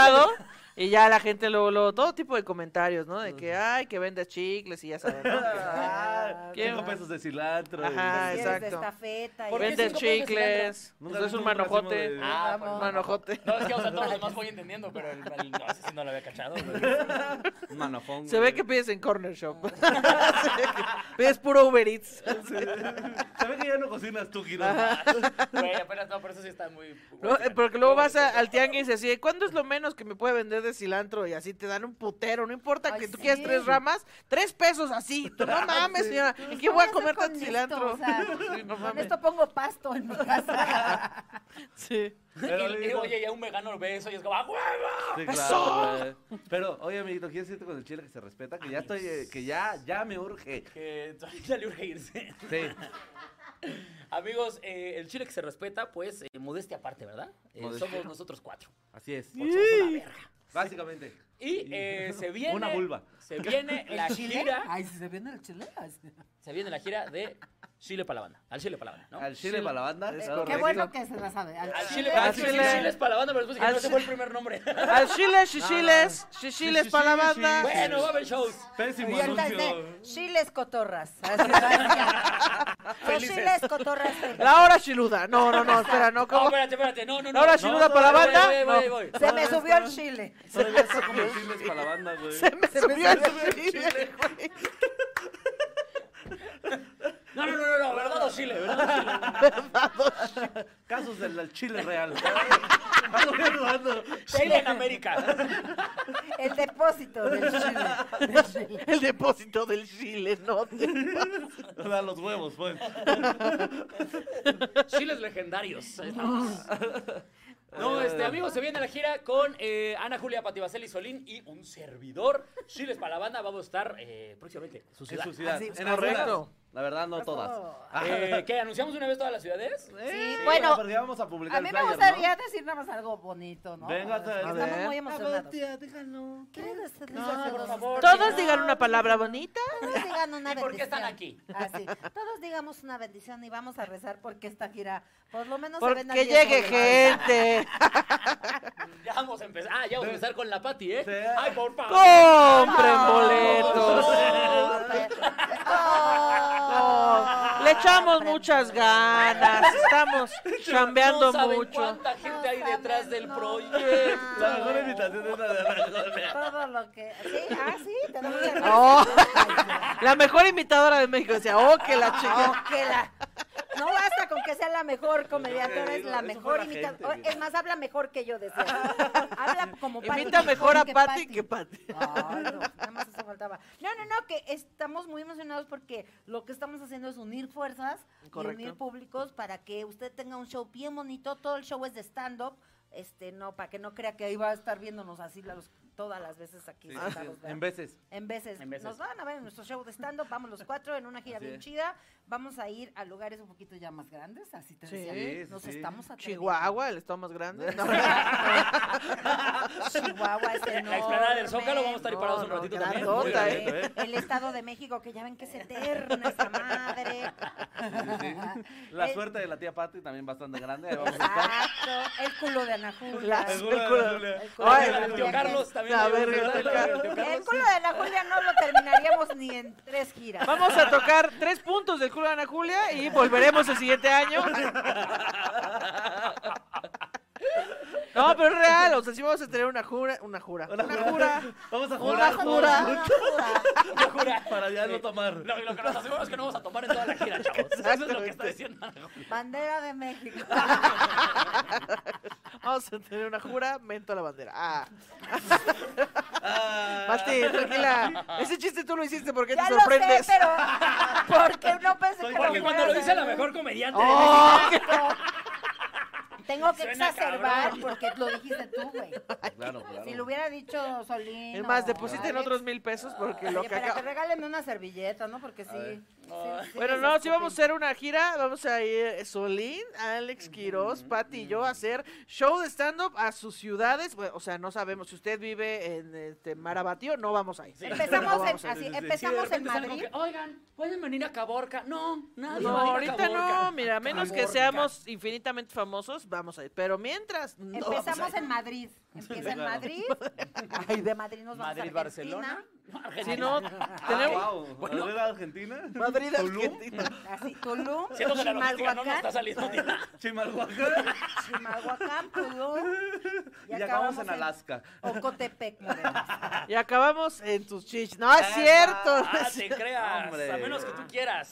Speaker 4: acostado y ya la gente luego, luego, todo tipo de comentarios, ¿no? De que, ay, que vendes chicles y ya saben. ¿no?
Speaker 3: Ah,
Speaker 4: ¿Quién?
Speaker 3: Cinco pesos de cilantro.
Speaker 4: Ajá,
Speaker 2: Si
Speaker 3: y-
Speaker 2: eres
Speaker 4: exacto.
Speaker 2: de estafeta. y-
Speaker 1: ¿Por qué
Speaker 4: Vendes
Speaker 1: cinco pesos de
Speaker 4: chicles.
Speaker 3: Nunca
Speaker 4: Pues es
Speaker 3: vi
Speaker 4: un
Speaker 3: racimo
Speaker 4: manojote.
Speaker 3: de-
Speaker 1: Ah,
Speaker 2: Vamos.
Speaker 1: por-
Speaker 4: Manojote.
Speaker 1: No, es que o sea, todos los demás voy entendiendo, pero el, el- no, ese sí no lo había cachado. güey.
Speaker 3: Manofón.
Speaker 4: Se ve
Speaker 3: güey.
Speaker 4: que pides en Corner Shop. Se ve que pides puro Uber Eats.
Speaker 3: Se ve que ya no cocinas tú, Guido.
Speaker 1: Güey, apenas no, pero eso sí está muy.
Speaker 4: ¿no? Eh, Porque luego vas a- al tianguis y así, de, ¿cuánto es lo menos que me puede vender de cilantro? Y así te dan un putero, no importa
Speaker 2: Ay,
Speaker 4: que tú
Speaker 2: sí.
Speaker 4: quieras tres ramas, tres pesos así. Tú, no mames, señora, ¿y qué
Speaker 2: ¿Qué
Speaker 4: voy a
Speaker 2: hacer
Speaker 4: comer
Speaker 2: con
Speaker 4: con
Speaker 2: esto?
Speaker 4: cilantro?
Speaker 2: O sea,
Speaker 4: Sí, no
Speaker 2: Con
Speaker 4: mames.
Speaker 2: esto pongo pasto en mi casa.
Speaker 4: Sí.
Speaker 1: Y- y- oye, ya un vegano ve eso y es como, ¡ah, huevo!
Speaker 3: Sí, claro, güey. Pero, oye, amiguito, ¿quieres irte con el chile que se respeta? Que ya estoy, eh, que ya, ya me urge.
Speaker 1: Que ya le urge irse.
Speaker 3: Sí,
Speaker 1: Amigos, eh, el chile que se respeta, pues, eh, modestia aparte, ¿verdad? Eh,
Speaker 3: Modestia.
Speaker 1: somos nosotros cuatro.
Speaker 3: así es.
Speaker 1: porque somos una verga.
Speaker 3: Básicamente.
Speaker 1: Y eh, se viene.
Speaker 3: Una vulva.
Speaker 1: Se viene la gira.
Speaker 5: si se viene el chile.
Speaker 1: Se viene la gira de Chile para la banda. Al Chile para la banda, ¿no?
Speaker 3: Al chile para la banda.
Speaker 4: Es
Speaker 3: claro,
Speaker 4: correcto.
Speaker 2: Qué
Speaker 3: sí.
Speaker 2: bueno que se la sabe. Al
Speaker 1: Al
Speaker 2: chile.
Speaker 1: Chile, para
Speaker 4: Al Chile.
Speaker 1: para la banda, pero después dije,
Speaker 4: Al
Speaker 1: no se
Speaker 4: Chile.
Speaker 1: fue el primer nombre.
Speaker 4: Al chile, chichiles, chichiles
Speaker 3: Sí,
Speaker 4: para la
Speaker 3: sí, sí,
Speaker 4: banda.
Speaker 3: sí.
Speaker 1: bueno, va a haber shows.
Speaker 3: Pésimo
Speaker 2: Y andas
Speaker 3: anuncio.
Speaker 2: de chiles cotorras. Así va. Los
Speaker 1: Felices.
Speaker 2: chiles cotorras. felices.
Speaker 4: La hora chiluda. No, no, no, espera, no,
Speaker 1: No,
Speaker 4: ¿cómo?
Speaker 1: Ah, espérate, espérate. No, no, no.
Speaker 4: La hora
Speaker 1: No,
Speaker 4: chiluda para la
Speaker 1: voy,
Speaker 4: banda.
Speaker 1: voy, voy, voy.
Speaker 2: Se me subió el chile.
Speaker 3: Todavía está como el chile para la banda, güey.
Speaker 4: Se me subió el chile, güey.
Speaker 1: No, no, no, no, no, verdad o Chile, verdad.
Speaker 3: Casos del del chile real. Algo que no ando.
Speaker 1: Chile en América.
Speaker 2: El depósito del chile. Del chile.
Speaker 4: El depósito del chile, no.
Speaker 3: O sea, los huevos, pues.
Speaker 1: Chiles legendarios. Ahí estamos. No, este, amigos, se viene la gira con eh, Ana Julia Patibaceli Solín y un servidor. Chiles para la banda, vamos a estar eh, próximamente en su
Speaker 3: En
Speaker 1: ciudad.
Speaker 3: su ciudad.
Speaker 2: Así,
Speaker 3: en algunas.
Speaker 4: correcto.
Speaker 3: La verdad, no todas.
Speaker 2: todo.
Speaker 3: Ah,
Speaker 1: Eh, ¿Qué? ¿Anunciamos una vez todas las ciudades?
Speaker 2: Sí,
Speaker 3: sí,
Speaker 2: bueno,
Speaker 3: Porque ya vamos a publicar
Speaker 2: A
Speaker 3: el
Speaker 2: mí me
Speaker 3: flyer, ¿no?
Speaker 2: gustaría decir nada más algo bonito, ¿no?
Speaker 3: Venga,
Speaker 2: Es que
Speaker 3: a
Speaker 2: estamos
Speaker 4: ver.
Speaker 2: muy
Speaker 3: A ver,
Speaker 2: emocionados.
Speaker 3: tía, déjalo.
Speaker 2: ¿Quieres decirles
Speaker 1: No,
Speaker 2: algo
Speaker 1: por
Speaker 2: bonito?
Speaker 1: favor.
Speaker 4: Todos digan una palabra bonita.
Speaker 2: Todos digan una
Speaker 1: ¿Y por qué están
Speaker 2: bendición. Así. Todos digamos una bendición y vamos a rezar porque esta gira, por lo menos se vendan
Speaker 4: Porque
Speaker 2: 10
Speaker 4: llegue
Speaker 2: boletos.
Speaker 4: gente.
Speaker 1: Ya vamos a empezar. Ah, ya vamos a empezar con la Pati, ¿eh?
Speaker 3: Sí.
Speaker 1: Ay, por favor.
Speaker 4: Compren boletos.
Speaker 2: Oh, oh,
Speaker 4: Le echamos
Speaker 2: hombre.
Speaker 4: muchas ganas. Estamos
Speaker 1: No
Speaker 4: chambeando
Speaker 1: saben
Speaker 4: mucho.
Speaker 1: cuánta gente hay
Speaker 2: No
Speaker 1: detrás
Speaker 2: saben,
Speaker 1: del
Speaker 2: no.
Speaker 1: proyecto.
Speaker 3: La mejor invitación es la de la Gloria.
Speaker 2: Todo lo que. Sí, ah, sí, tenemos que
Speaker 4: Oh, la mejor imitadora de México decía, oh, que la
Speaker 2: Oh,
Speaker 4: chica.
Speaker 2: que la- No basta con que sea la
Speaker 3: Pues
Speaker 2: mejor comediadora, es
Speaker 3: Eso
Speaker 2: la
Speaker 3: fue
Speaker 2: mejor
Speaker 3: la gente,
Speaker 2: imitadora.
Speaker 3: mira.
Speaker 2: Es más, habla mejor que yo, decía. Habla como Pati.
Speaker 4: Imita mejor a
Speaker 2: que
Speaker 4: Pati que Pati.
Speaker 2: Ay, no, nada más eso faltaba. No, no, no, que estamos muy emocionados porque lo que estamos haciendo es unir fuerzas
Speaker 4: Correcto.
Speaker 2: y unir públicos para que usted tenga un show bien bonito. Todo el show es de stand-up. Este, no, para que no crea que ahí va a estar viéndonos así los- todas las veces aquí. sentados, ¿verdad?
Speaker 3: En veces.
Speaker 2: En veces.
Speaker 1: En veces.
Speaker 2: Nos van a ver en nuestro show de stand-up. Vamos los cuatro en una gira
Speaker 3: Así
Speaker 2: bien
Speaker 3: es.
Speaker 2: chida. Vamos a ir a lugares un poquito ya más grandes. Así te
Speaker 4: Sí,
Speaker 2: decía.
Speaker 3: sí,
Speaker 2: Nos
Speaker 3: sí.
Speaker 2: estamos atreviendo.
Speaker 4: Chihuahua, el estado más grande. No.
Speaker 2: Chihuahua este, es enorme.
Speaker 1: La explanada del Zócalo vamos a estar ahí parados un ratito también.
Speaker 4: grandota,
Speaker 1: Muy
Speaker 4: ¿eh?
Speaker 3: bien,
Speaker 2: El Estado de México, que ya ven que es eterna esa madre.
Speaker 3: La
Speaker 2: El-
Speaker 3: suerte de la tía Patti también bastante grande. Ahí vamos a estar.
Speaker 2: Exacto. El culo de Ana Julia.
Speaker 4: La-
Speaker 3: El
Speaker 4: El
Speaker 3: culo de
Speaker 4: culo-
Speaker 3: la Gloria.
Speaker 2: El culo
Speaker 4: Ay,
Speaker 2: de Ana
Speaker 1: El tío
Speaker 2: Julia.
Speaker 1: Carlos también.
Speaker 4: La
Speaker 1: hay un
Speaker 4: verga, el tío
Speaker 1: regalo, el tío
Speaker 2: El
Speaker 1: Carlos.
Speaker 2: culo de Ana Julia no lo terminaríamos ni en tres giras.
Speaker 4: Vamos a tocar tres puntos del culo de Ana Julia y volveremos el siguiente año. No, No, pero es real. O sea, sí vamos a tener una jura. Una jura. Una jura.
Speaker 8: Vamos a
Speaker 4: Una
Speaker 8: jurar
Speaker 4: jura.
Speaker 1: Yo jura.
Speaker 8: para ya no tomar.
Speaker 1: Lo, lo que nos aseguro es que no vamos a tomar en toda la gira, chavos. Eso es lo que está
Speaker 4: Exactamente.
Speaker 1: diciendo Ana Julia.
Speaker 2: Bandera de México.
Speaker 4: Vamos a tener una jura. Mento a la bandera. Ah.
Speaker 3: Ah,
Speaker 4: Martín, tranquila. Ese chiste tú lo hiciste porque
Speaker 2: ya
Speaker 4: te
Speaker 2: lo
Speaker 4: sorprendes.
Speaker 2: sé, pero porque no pensé que
Speaker 1: Porque cuando lo
Speaker 2: lo fuera ¿eh? a
Speaker 1: dice la
Speaker 2: hacer?
Speaker 1: mejor comediante de
Speaker 4: Oh,
Speaker 2: Tengo que
Speaker 1: Suena
Speaker 2: exacerbar
Speaker 1: cabrón.
Speaker 2: porque lo dijiste tú, güey.
Speaker 3: Claro, claro.
Speaker 2: Si lo hubiera dicho Solín.
Speaker 4: Es más,
Speaker 2: o
Speaker 4: depositen
Speaker 2: Alex,
Speaker 4: otros mil pesos porque lo
Speaker 2: oye,
Speaker 4: que
Speaker 2: para que
Speaker 4: acaba.
Speaker 2: regálenme una servilleta, ¿no? Porque sí. sí, sí,
Speaker 4: Bueno,
Speaker 2: sí,
Speaker 4: no,
Speaker 2: sí,
Speaker 4: sí vamos a
Speaker 2: sí.
Speaker 4: hacer una gira. Vamos a ir eh, Solín, Alex Quiroz, Pati y yo a hacer show de stand-up a sus ciudades. Bueno, o sea, no sabemos. Si usted vive en este, Marabatío, no vamos a ir.
Speaker 2: Empezamos,
Speaker 4: No vamos
Speaker 2: en,
Speaker 4: a
Speaker 2: así,
Speaker 4: ir.
Speaker 2: empezamos en
Speaker 1: repente salgo
Speaker 2: Madrid.
Speaker 1: que, Oigan, ¿pueden venir a Caborca? No, nadie
Speaker 4: No,
Speaker 1: va a ir a
Speaker 4: ahorita
Speaker 1: Caborca.
Speaker 4: no, mira, a menos que
Speaker 1: Caborca.
Speaker 4: seamos infinitamente famosos, vamos a ir. Pero mientras, no vamos a
Speaker 2: Empezamos
Speaker 4: ir.
Speaker 2: en Madrid. Empieza en
Speaker 8: Claro.
Speaker 2: Madrid. Ay, de Madrid nos vamos
Speaker 1: Madrid,
Speaker 2: a Argentina.
Speaker 1: Barcelona. No, Argentina.
Speaker 4: Si no,
Speaker 3: Ah,
Speaker 4: tenemos...
Speaker 8: Wow. ¿A ver, Argentina?
Speaker 4: Madrid,
Speaker 8: Tulum.
Speaker 4: Argentina.
Speaker 2: Así, Tulum,
Speaker 1: Siento que la logística no nos
Speaker 2: Chimalhuacán,
Speaker 1: está saliendo ni nada.
Speaker 8: Chimalhuacán.
Speaker 2: Chimalhuacán, Tulum.
Speaker 8: Y acabamos en Alaska.
Speaker 2: Ocotepec, Morelos.
Speaker 4: Y acabamos en tus chichis. No, es cierto.
Speaker 1: Ah, te creas.
Speaker 8: Hombre.
Speaker 1: A menos que tú quieras.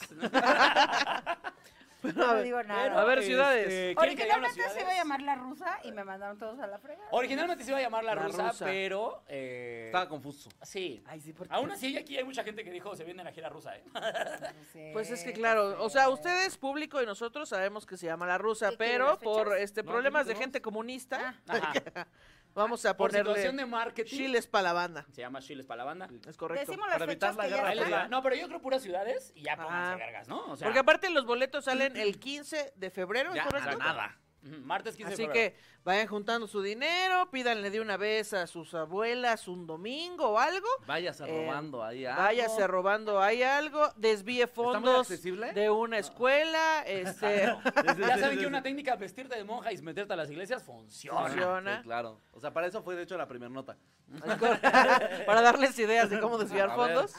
Speaker 2: No digo nada.
Speaker 4: A ver, ciudades.
Speaker 1: Este, ¿quieren que digamos las
Speaker 2: Originalmente se iba a
Speaker 1: ciudades?
Speaker 2: llamar La Rusa y me mandaron todos a la fregada.
Speaker 1: Originalmente se iba a llamar La,
Speaker 4: La
Speaker 1: Rusa,
Speaker 4: Rusa.
Speaker 1: pero... eh,
Speaker 8: Estaba confuso.
Speaker 1: Sí.
Speaker 4: Ay, sí, porque...
Speaker 1: Aún así, aquí hay mucha gente que dijo, se viene la gira rusa, ¿eh?
Speaker 2: No sé,
Speaker 4: Pues es que
Speaker 2: no
Speaker 4: claro,
Speaker 2: sé.
Speaker 4: o sea, ustedes, público y nosotros sabemos que se llama la rusa,
Speaker 2: ¿Qué quieren
Speaker 4: pero
Speaker 2: las
Speaker 4: por
Speaker 2: fechas? Ah.
Speaker 4: este
Speaker 1: No,
Speaker 4: problemas de
Speaker 1: dime
Speaker 4: gente comunista,
Speaker 1: Ajá.
Speaker 4: vamos a
Speaker 1: Por situación
Speaker 4: ponerle
Speaker 1: de marketing.
Speaker 4: chiles para la banda.
Speaker 1: Se llama Chiles para la banda.
Speaker 4: Es correcto.
Speaker 2: Decimos las
Speaker 8: Para evitar
Speaker 2: fechas
Speaker 8: la
Speaker 2: que ya
Speaker 8: guerra
Speaker 1: Ahí les
Speaker 2: están.
Speaker 1: va. No, pero yo creo puras ciudades y ya pónganse
Speaker 4: Ah.
Speaker 1: vergas, ¿no? O sea,
Speaker 4: Porque aparte los boletos salen el 15 de febrero, ¿es
Speaker 1: ya,
Speaker 4: correcto?
Speaker 1: nada. Ujú, Martes 15
Speaker 4: Así
Speaker 1: de febrero.
Speaker 4: que vayan juntando su dinero, pídanle de una vez a sus abuelas un domingo o algo.
Speaker 3: Váyase
Speaker 4: Eh,
Speaker 3: robando ahí. ah. algo.
Speaker 4: Váyase robando ahí algo, desvíe
Speaker 3: ¿Está muy
Speaker 4: fondos
Speaker 3: accesible?
Speaker 4: de una escuela, este
Speaker 1: Ya saben que una técnica vestirte de monja y meterte a las iglesias funciona.
Speaker 4: funciona.
Speaker 3: Ah, Sí, claro. O sea, para eso fue de hecho la primera nota.
Speaker 4: para darles ideas de cómo desviar
Speaker 3: A ver.
Speaker 4: fondos.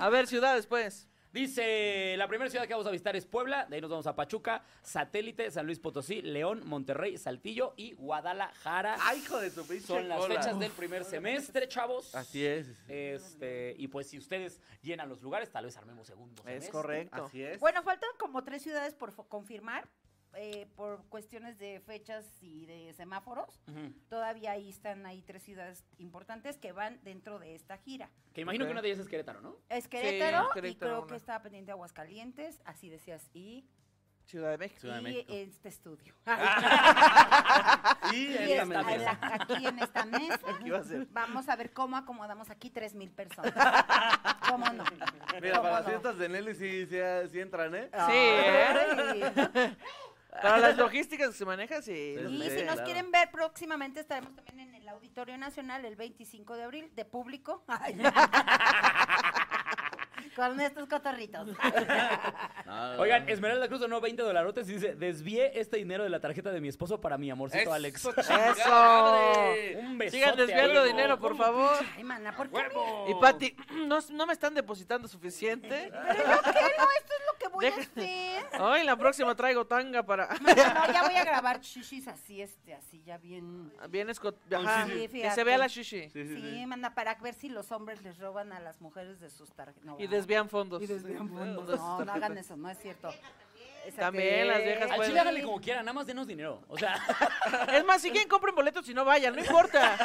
Speaker 4: A ver, ciudades, pues.
Speaker 1: Dice, la primera ciudad que vamos a visitar es Puebla, de ahí nos vamos a Pachuca, Satélite, San Luis Potosí, León, Monterrey, Saltillo y Guadalajara.
Speaker 4: Ah,
Speaker 3: ¡Ay, hijo de su pinche
Speaker 1: Son las
Speaker 3: cola!
Speaker 1: fechas del primer semestre, chavos.
Speaker 3: Así es.
Speaker 1: Este, y pues si ustedes llenan los lugares, tal vez armemos segundo
Speaker 4: Es
Speaker 1: semestre.
Speaker 4: correcto.
Speaker 3: Así es.
Speaker 2: Bueno, faltan como tres ciudades por fo- confirmar eh, por cuestiones de fechas y de semáforos.
Speaker 1: Ujú.
Speaker 2: Todavía ahí están ahí tres ciudades importantes que van dentro de esta gira.
Speaker 1: Que imagino
Speaker 4: Ok.
Speaker 1: que una de ellas es Querétaro, ¿no?
Speaker 2: Es Querétaro, y
Speaker 4: Querétaro,
Speaker 2: creo
Speaker 4: una.
Speaker 2: que estaba pendiente Aguascalientes, así decías, y,
Speaker 4: Ciudad de México.
Speaker 8: Ciudad de
Speaker 2: y
Speaker 8: México.
Speaker 2: este estudio.
Speaker 8: Y
Speaker 2: Y
Speaker 8: esta
Speaker 2: esta-
Speaker 8: mesa.
Speaker 2: la- aquí en esta mesa
Speaker 4: ¿Qué iba a ser?
Speaker 2: vamos a ver cómo acomodamos aquí tres mil personas. ¿Cómo no?
Speaker 8: Mira,
Speaker 2: ¿Cómo
Speaker 8: para las
Speaker 2: no?
Speaker 8: fiestas de Nelly sí, sí, sí entran, ¿eh?
Speaker 4: Sí, ¿eh?
Speaker 2: Ay.
Speaker 4: Para las logísticas que se manejan, sí.
Speaker 8: Sí.
Speaker 2: Y
Speaker 8: Sí,
Speaker 2: si nos
Speaker 8: claro.
Speaker 2: quieren ver próximamente, estaremos también en el Auditorio Nacional el 25 de abril, de público. Con estos cotorritos.
Speaker 4: Ah.
Speaker 1: Oigan, Esmeralda Cruz donó 20 dolarotes y dice, desvié este dinero de la tarjeta de mi esposo para mi amorcito Alex.
Speaker 4: Eso.
Speaker 1: Un besote
Speaker 4: Sigan desviando
Speaker 1: ahí,
Speaker 4: dinero,
Speaker 1: ¿no?
Speaker 4: por favor.
Speaker 2: Ay, mana, ¿por qué? a mí?
Speaker 4: Y Pati, no, no me están depositando suficiente.
Speaker 2: Pero yo qué no, esto es lo que voy
Speaker 4: Deja-
Speaker 2: a hacer.
Speaker 4: Hoy en la próxima traigo tanga para.
Speaker 2: Mana, no, ya voy a grabar shishis así, este, así, ya bien.
Speaker 4: Vienes con. Ajá,
Speaker 2: sí, sí.
Speaker 4: que se vea la shishi.
Speaker 2: Sí, mana, para ver si los hombres les roban a las mujeres de sus tarjetas. No,
Speaker 4: Y
Speaker 2: ¿verdad?
Speaker 4: desvían fondos.
Speaker 2: No, no hagan eso, no es cierto. Esa
Speaker 4: También las viejas
Speaker 1: Al
Speaker 4: pueden-
Speaker 1: chile háganle como quieran, nada más denos dinero. O sea,
Speaker 4: Es más, si quieren, compren boletos y no vayan, no importa.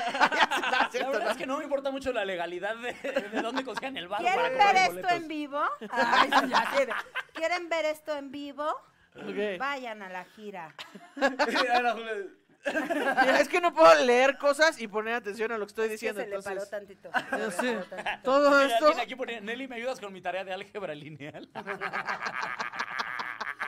Speaker 1: la verdad es que no me importa mucho la legalidad de, de dónde consigan el bar. para
Speaker 2: ¿Quieren
Speaker 1: comprar
Speaker 2: ver esto
Speaker 1: boletos.
Speaker 2: en vivo? Ay, sí, ya sé. ¿Quieren ver esto en vivo?
Speaker 4: Ok.
Speaker 2: Vayan a la gira.
Speaker 8: Ana Julia,
Speaker 4: Mira, es que no puedo leer cosas y poner atención a lo que estoy
Speaker 2: Es que
Speaker 4: diciendo.
Speaker 2: se le paró
Speaker 4: entonces,
Speaker 2: tantito.
Speaker 4: No
Speaker 2: se le
Speaker 4: sé.
Speaker 2: paró tantito.
Speaker 4: todo
Speaker 1: Mira,
Speaker 4: esto.
Speaker 1: alguien aquí pone, Nelly, ¿me ayudas con mi tarea de álgebra lineal?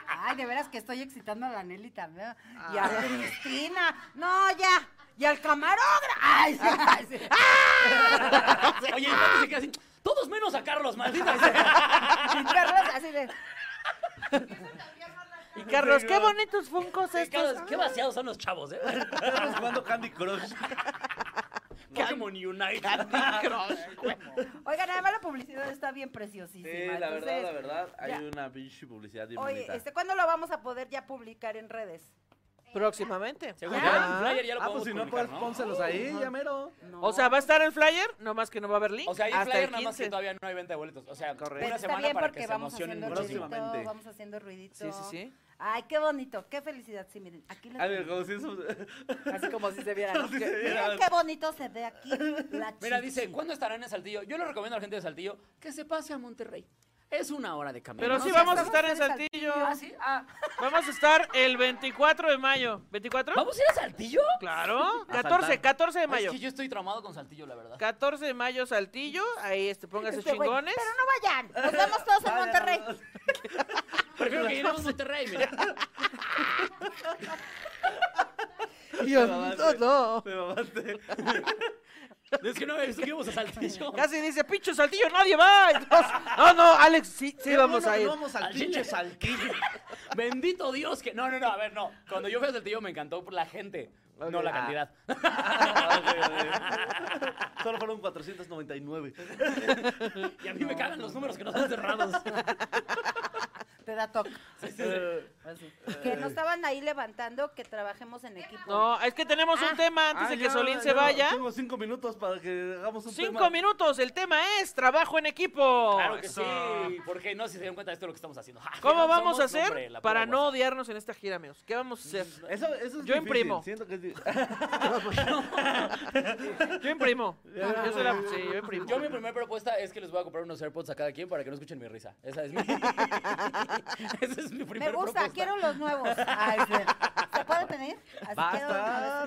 Speaker 2: Ay, de veras que estoy excitando a la Nelly también. Y a Cristina. No, ya. Y al camarógrafo. Ay, sí, ay, sí.
Speaker 1: Oye, y Pati se queda así, todos menos a Carlos, maldita sea.
Speaker 2: Y Carlos Ah, así de.
Speaker 4: Y Carlos, qué bonitos funcos estos.
Speaker 1: Carlos, qué vaciados son los chavos, ¿eh?
Speaker 8: estamos jugando Candy Crush.
Speaker 1: Pokémon Unite.
Speaker 2: Oigan, además la publicidad está bien preciosísima.
Speaker 3: Sí, la verdad,
Speaker 2: Entonces,
Speaker 3: la verdad, hay
Speaker 2: ya.
Speaker 3: una pinche publicidad bien
Speaker 2: Oye,
Speaker 3: bonita.
Speaker 2: este, ¿cuándo lo vamos a poder ya publicar en redes?
Speaker 4: Próximamente.
Speaker 1: Según
Speaker 4: Ajá.
Speaker 1: ya, el flyer ya lo
Speaker 3: Ah, pues
Speaker 1: podemos
Speaker 3: si no, pues
Speaker 1: publicar, ¿no?
Speaker 3: pónselos ahí, ya mero.
Speaker 2: No.
Speaker 4: O sea, va a estar el flyer, nomás que no va a haber link.
Speaker 1: O sea, hay un
Speaker 4: hasta
Speaker 1: flyer
Speaker 4: el
Speaker 1: nada más que
Speaker 4: 15.
Speaker 1: todavía no hay venta de boletos. O sea,
Speaker 3: Correcto.
Speaker 2: Pero
Speaker 1: una
Speaker 2: está
Speaker 1: semana
Speaker 2: bien
Speaker 1: para
Speaker 2: porque
Speaker 1: que se
Speaker 2: vamos
Speaker 1: emocionen
Speaker 2: haciendo
Speaker 1: muchísimo.
Speaker 2: ruidito,
Speaker 3: Próximamente.
Speaker 2: vamos haciendo ruidito.
Speaker 4: Sí, sí, sí.
Speaker 2: Ay, qué bonito, qué felicidad. Sí, miren, aquí lo
Speaker 8: A ver, como si eso.
Speaker 2: Así como si se viera.
Speaker 8: si se viera.
Speaker 2: Miren qué bonito se ve aquí la
Speaker 1: Mira,
Speaker 2: chichi.
Speaker 1: dice, ¿cuándo estarán en Saltillo? Yo le recomiendo a la gente de Saltillo que se pase a Monterrey. Es una hora de camino.
Speaker 4: Pero
Speaker 2: No,
Speaker 4: sí
Speaker 2: o sea,
Speaker 4: vamos a
Speaker 2: estamos
Speaker 4: estar en
Speaker 2: en Saltillo.
Speaker 4: Saltillo.
Speaker 1: Ah, sí, ah.
Speaker 4: Vamos a estar el 24 de mayo. ¿24?
Speaker 1: ¿Vamos a ir a Saltillo?
Speaker 4: Claro.
Speaker 3: saltar.
Speaker 4: 14, 14 de
Speaker 1: Ay,
Speaker 4: mayo.
Speaker 1: Es que yo estoy traumado con Saltillo, la verdad.
Speaker 4: 14 de mayo Saltillo. Ahí este, póngase
Speaker 2: Este güey,
Speaker 4: chingones.
Speaker 2: Pero no vayan, nos vemos todos en Monterrey.
Speaker 1: Prefiero que iremos a Monterrey, mira.
Speaker 4: Dios, no.
Speaker 8: Me mamaste.
Speaker 1: Es que no me subimos a Saltillo.
Speaker 4: Casi dice, pincho Saltillo, nadie va. Entonces, no, no, Alex, sí, sí
Speaker 3: Qué
Speaker 4: vamos
Speaker 3: bueno
Speaker 4: a
Speaker 3: que
Speaker 4: ir.
Speaker 3: no Vamos al
Speaker 1: Al
Speaker 3: pinche
Speaker 1: chile.
Speaker 3: saltillo.
Speaker 1: Bendito Dios que. No, no, no, a ver, no. Cuando yo fui a Saltillo me encantó por la gente, no la
Speaker 3: ah.
Speaker 1: cantidad.
Speaker 8: Ah,
Speaker 3: Solo fueron 499.
Speaker 1: Y a mí me cagan los números que no están cerrados.
Speaker 2: Te da toque.
Speaker 8: Eh,
Speaker 2: Que
Speaker 3: Eh.
Speaker 2: no estaban ahí levantando que trabajemos en equipo.
Speaker 4: No, es que tenemos
Speaker 2: Ah.
Speaker 4: un tema antes
Speaker 8: Ah,
Speaker 4: de que
Speaker 8: ya,
Speaker 4: Solín se
Speaker 8: ya,
Speaker 4: vaya.
Speaker 8: Tengo cinco minutos para que hagamos un
Speaker 4: Cinco
Speaker 8: tema.
Speaker 4: minutos, el tema es trabajo en equipo.
Speaker 1: Claro que
Speaker 4: Eso.
Speaker 1: sí. Porque no, si se dieron cuenta, esto es lo que estamos haciendo.
Speaker 4: ¿Cómo
Speaker 1: Somos,
Speaker 4: vamos a
Speaker 1: no,
Speaker 4: hacer
Speaker 1: hombre, la pura
Speaker 4: para no
Speaker 1: guasa.
Speaker 4: odiarnos en esta gira, amigos? ¿Qué vamos a hacer?
Speaker 8: Eso, eso es
Speaker 4: Yo
Speaker 8: difícil,
Speaker 4: imprimo.
Speaker 8: Siento que es di-
Speaker 3: Ah,
Speaker 4: Yo imprimo. Yo soy la... Sí, yo imprimo.
Speaker 1: Yo mi primera propuesta es que les voy a comprar unos AirPods a cada quien para que no escuchen mi risa. Esa es mi. Esa es mi
Speaker 2: Me
Speaker 1: primera
Speaker 2: gusta,
Speaker 1: propuesta.
Speaker 2: quiero los nuevos. Ay, sí. ¿Se pueden tener? Así
Speaker 3: Basta.
Speaker 2: quiero los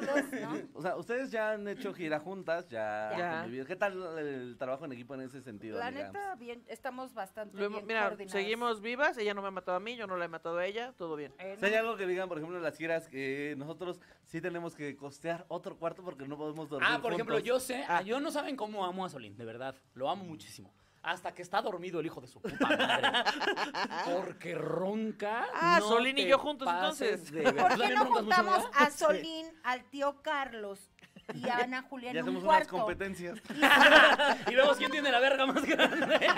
Speaker 2: nuevos, ¿no?
Speaker 3: O sea, ustedes ya han hecho gira juntas, ya.
Speaker 4: Ya.
Speaker 3: han convivido. ¿Qué tal el trabajo en equipo en ese sentido?
Speaker 2: La
Speaker 3: digamos?
Speaker 2: neta, bien, estamos bastante
Speaker 4: Lo hemos-
Speaker 2: bien
Speaker 4: mira,
Speaker 2: coordinadas.
Speaker 4: seguimos vivas. Ella no me ha matado a mí, yo no la he matado a ella. Todo bien.
Speaker 2: Eh,
Speaker 3: Si hay algo que digan, por ejemplo, en las giras, que nosotros sí tenemos que costear otro cuarto porque no podemos dormir.
Speaker 1: Ah, por ejemplo,
Speaker 3: juntos.
Speaker 1: yo sé,
Speaker 4: Ah.
Speaker 1: yo no saben cómo amo a Solín, de verdad. Lo amo muchísimo. Hasta que está dormido el hijo de su puta madre. Porque ronca.
Speaker 4: Ah,
Speaker 1: no
Speaker 4: Solín y
Speaker 1: te
Speaker 4: yo juntos,
Speaker 1: pases
Speaker 4: entonces.
Speaker 1: de ver-
Speaker 2: ¿Por qué
Speaker 1: ¿También roncas
Speaker 2: no
Speaker 1: mucho,
Speaker 2: juntamos
Speaker 1: verdad?
Speaker 2: a Solín, al tío Carlos y a Ana Julia
Speaker 3: Ya
Speaker 2: en un
Speaker 3: hacemos unas
Speaker 2: cuarto?
Speaker 3: competencias.
Speaker 1: Y vemos quién tiene la verga más grande.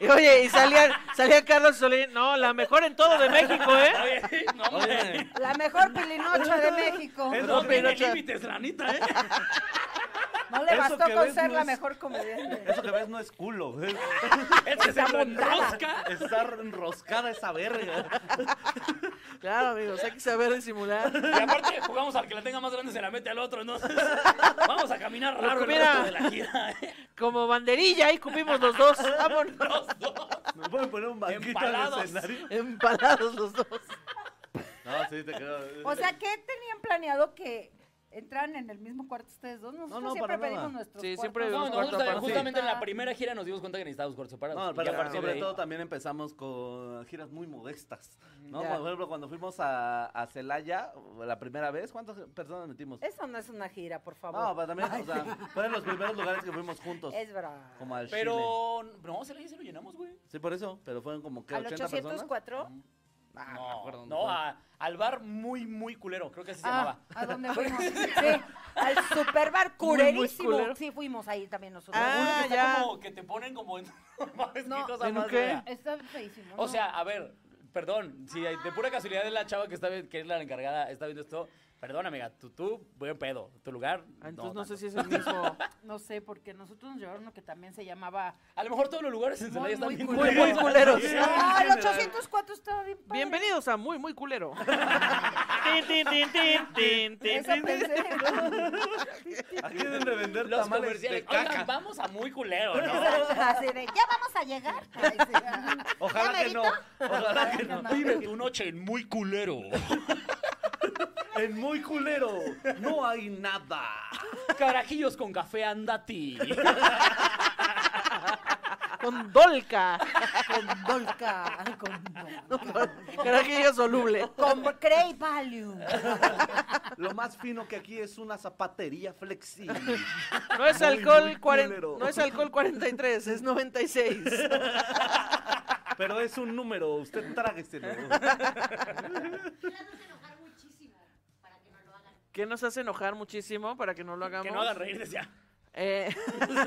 Speaker 4: Y, oye, y salía, salía Carlos Solín. No, la mejor en todo de México, ¿eh?
Speaker 1: Oye, no, hombre.
Speaker 2: La mejor pilinocha de México.
Speaker 8: Eso
Speaker 1: No
Speaker 8: que-
Speaker 1: tiene
Speaker 4: Pinocha.
Speaker 1: límites, la neta, ¿eh?
Speaker 2: No le
Speaker 3: Eso
Speaker 2: bastó
Speaker 3: que
Speaker 2: con
Speaker 3: ves
Speaker 2: ser
Speaker 3: no
Speaker 2: la
Speaker 3: es-
Speaker 2: mejor comediante.
Speaker 3: Eso que ves no es culo. es-
Speaker 1: Es que Este se enrosca.
Speaker 3: Estar enroscada esa verga.
Speaker 4: Claro, amigos, hay que saber disimular.
Speaker 1: Y aparte jugamos al que la tenga más grande se la mete al otro, entonces vamos a caminar raro el
Speaker 4: Mira.
Speaker 1: resto de la gira. ¿eh?
Speaker 4: Como banderilla, ahí cupimos los dos. Vámonos.
Speaker 1: Los dos
Speaker 3: Me pueden poner un banquito en el
Speaker 1: Empalados.
Speaker 3: escenario.
Speaker 4: Empalados los dos.
Speaker 3: No, sí, te creo.
Speaker 2: O sea, ¿qué tenían planeado que entraran en el mismo cuarto ustedes dos? Nosotros
Speaker 3: no, para
Speaker 2: siempre
Speaker 3: nada.
Speaker 2: pedimos nuestros
Speaker 4: Sí,
Speaker 2: cuartos.
Speaker 4: siempre
Speaker 1: No,
Speaker 4: vivimos
Speaker 1: nosotros
Speaker 4: cuarto
Speaker 1: también,
Speaker 4: aparte.
Speaker 1: justamente en la primera gira nos dimos cuenta que necesitábamos cuartos separados.
Speaker 3: No,
Speaker 1: Y
Speaker 3: pero
Speaker 1: a partir de
Speaker 3: sobre
Speaker 1: ahí-
Speaker 3: todo también empezamos con giras muy modestas. ¿no?
Speaker 4: Ya.
Speaker 3: Por ejemplo, cuando fuimos a, a Celaya la primera vez, ¿cuántas personas metimos?
Speaker 2: Eso no es una gira, por favor.
Speaker 3: No, pero también, o sea, fueron los primeros lugares que fuimos juntos.
Speaker 2: es verdad.
Speaker 3: Como al Chile.
Speaker 1: Pero no, se le se lo llenamos, güey.
Speaker 3: Sí, por eso, pero fueron como que
Speaker 2: Al
Speaker 3: 80 personas.
Speaker 2: 804,
Speaker 3: Ah, me
Speaker 1: No,
Speaker 3: acuerdo dónde
Speaker 1: no
Speaker 3: fue.
Speaker 1: a- al bar muy, muy culero, creo que así se
Speaker 2: ah,
Speaker 1: llamaba.
Speaker 2: ¿a dónde fuimos? Sí, al superbar
Speaker 4: culero.
Speaker 2: curerísimo. Sí, fuimos ahí también nosotros.
Speaker 4: Ah,
Speaker 1: Uno que está
Speaker 4: ya.
Speaker 1: como que te ponen como en... No, es
Speaker 2: No.
Speaker 1: cosa
Speaker 4: ¿En un
Speaker 1: más
Speaker 4: qué?
Speaker 1: fea.
Speaker 2: Está feísimo.
Speaker 1: O
Speaker 2: ¿no?
Speaker 1: sea, a ver, perdón, si de pura casualidad es la chava que está vi- que es la encargada, está viendo esto, perdón, amiga, tú, tú, buen pedo, tu lugar.
Speaker 4: Ah, Entonces no,
Speaker 1: tanto.
Speaker 4: sé si es el mismo.
Speaker 9: No sé, porque nosotros nos llevaron uno que también se llamaba.
Speaker 1: A lo mejor todos los lugares en Celaya están
Speaker 9: muy
Speaker 1: bien
Speaker 4: Muy,
Speaker 1: culeros.
Speaker 4: muy culeros.
Speaker 2: Ah, el 804 estaba bien padre.
Speaker 4: Bienvenidos a Muy, Muy Culero. Tin, tin, tin, tin, tin, tin,
Speaker 2: Eso
Speaker 4: tin, tin.
Speaker 2: pensé.
Speaker 3: Aquí deben de vender
Speaker 1: Los
Speaker 3: tamales de
Speaker 1: comerciales. Oigan,
Speaker 3: caca.
Speaker 1: vamos a muy culero, ¿no?
Speaker 2: Así de, ya vamos a llegar. Ay, sí.
Speaker 3: Ojalá que no. Ojalá que no.
Speaker 1: Vive tu noche en muy culero.
Speaker 3: En muy culero. No hay nada.
Speaker 1: Carajillos con café, andati.
Speaker 4: Con Dolca.
Speaker 2: Con Dolca. ay, Con Dolca.
Speaker 4: Carajillo soluble.
Speaker 2: Con Grey Value.
Speaker 3: Lo más fino que aquí es una zapatería flexible.
Speaker 4: No es
Speaker 3: Muy, muy
Speaker 4: alcohol 40,
Speaker 3: culero.
Speaker 4: no es alcohol 43, es 96.
Speaker 3: Pero es un número. Usted trágueselo.
Speaker 4: Que nos hace enojar muchísimo para que no lo hagamos.
Speaker 1: Que no hagan reír, decía.
Speaker 4: Eh,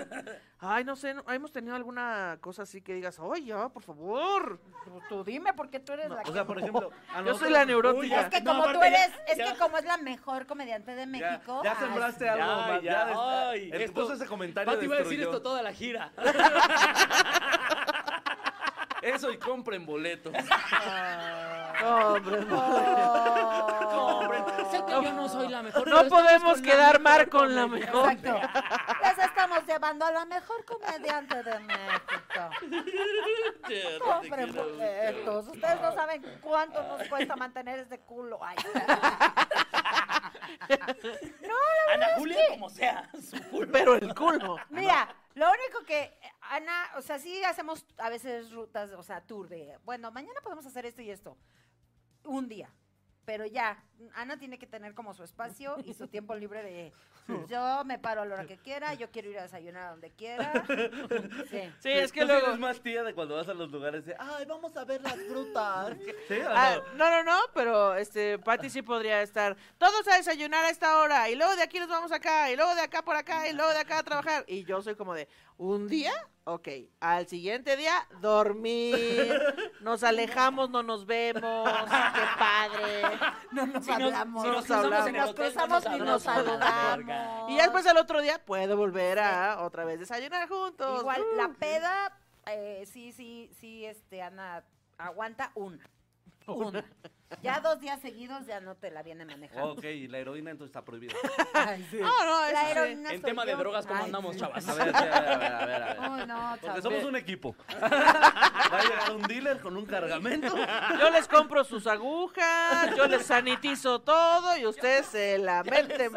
Speaker 4: ay, no sé, ¿no- ¿hemos tenido alguna cosa así que digas, ay, ya, por favor?
Speaker 9: Tú, tú dime porque tú eres la
Speaker 3: O
Speaker 9: que...
Speaker 3: sea, por ejemplo, a
Speaker 4: Yo
Speaker 3: nosotros-
Speaker 4: soy la
Speaker 2: Es
Speaker 4: neurótica.
Speaker 2: que
Speaker 1: No,
Speaker 2: como tú
Speaker 1: aparte ya-
Speaker 2: eres, es
Speaker 1: ya-
Speaker 2: que como es la mejor comediante de
Speaker 3: Ya,
Speaker 2: México.
Speaker 3: ya
Speaker 2: ah,
Speaker 3: sembraste
Speaker 1: Ya,
Speaker 3: algo, Omar, ya,
Speaker 1: ya,
Speaker 3: está-
Speaker 1: ay,
Speaker 3: el que
Speaker 1: esto-
Speaker 3: puso ese comentario
Speaker 1: Pati iba a decir
Speaker 3: destruyó.
Speaker 1: esto toda la gira.
Speaker 3: Eso y compren boletos.
Speaker 4: No, hombre,
Speaker 2: no.
Speaker 6: Sé que yo no soy la mejor.
Speaker 4: No
Speaker 6: pero
Speaker 4: podemos
Speaker 6: estamos con la
Speaker 4: quedar
Speaker 6: mejor
Speaker 4: mal con la
Speaker 6: comedia.
Speaker 4: mejor.
Speaker 2: Exacto. Les estamos llevando a la mejor comediante de México. Hombre, boletos. Ustedes no saben cuánto nos cuesta mantener este culo. Ay.
Speaker 1: Ana Julia, como sea. su culo.
Speaker 4: Pero el culo.
Speaker 2: Mira, lo único que eh, Ana, o sea, sí hacemos a veces rutas, o sea, tour de, bueno, mañana podemos hacer esto y esto. Un día. Pero ya, Ana tiene que tener como su espacio y su tiempo libre de yo me paro a la hora que quiera, yo quiero ir a desayunar a donde quiera. Sí.
Speaker 4: Sí, es que
Speaker 3: Tú sí
Speaker 4: luego.
Speaker 3: eres más tía de cuando vas a los lugares de, "Ah, ay, vamos a ver las frutas. ¿Sí o no?
Speaker 4: Ah, no, no, no, pero este, Patty sí podría estar. Todos a desayunar a esta hora, y luego de aquí nos vamos acá, y luego de acá por acá, y luego de acá a trabajar. Y yo soy como de, ¿un día? Ok. Al siguiente día, dormir. Nos alejamos, no nos vemos. ¡Qué padre!
Speaker 2: No nos
Speaker 6: Si nos-
Speaker 2: hablamos.
Speaker 6: si nos
Speaker 2: Si nos
Speaker 6: cruzamos en el
Speaker 2: nos
Speaker 6: hotel, no
Speaker 2: cruzamos
Speaker 6: nos
Speaker 2: ni nos
Speaker 6: hablamos a la
Speaker 2: saludamos.
Speaker 4: Y ya después al otro día, puedo volver a otra vez desayunar juntos.
Speaker 2: Igual,
Speaker 4: Uh.
Speaker 2: la peda, eh, sí, sí, sí, este, Ana, aguanta una. Una. Ya dos días seguidos ya no te la viene manejando. Ah,
Speaker 3: Ok, y la heroína entonces está prohibida.
Speaker 4: No, no, eso
Speaker 2: La
Speaker 4: sí.
Speaker 2: heroína
Speaker 1: En
Speaker 2: soy
Speaker 1: tema de
Speaker 2: yo.
Speaker 1: drogas, ¿cómo
Speaker 2: Ay,
Speaker 1: andamos,
Speaker 2: sí.
Speaker 1: chavas?
Speaker 3: A ver, a ver, a ver, a ver. a ver.
Speaker 2: Uy, no,
Speaker 3: Porque
Speaker 2: chavos.
Speaker 3: somos un equipo. Va a llegar un dealer con un cargamento.
Speaker 4: Yo les compro sus agujas, yo les sanitizo todo y ustedes se la meten.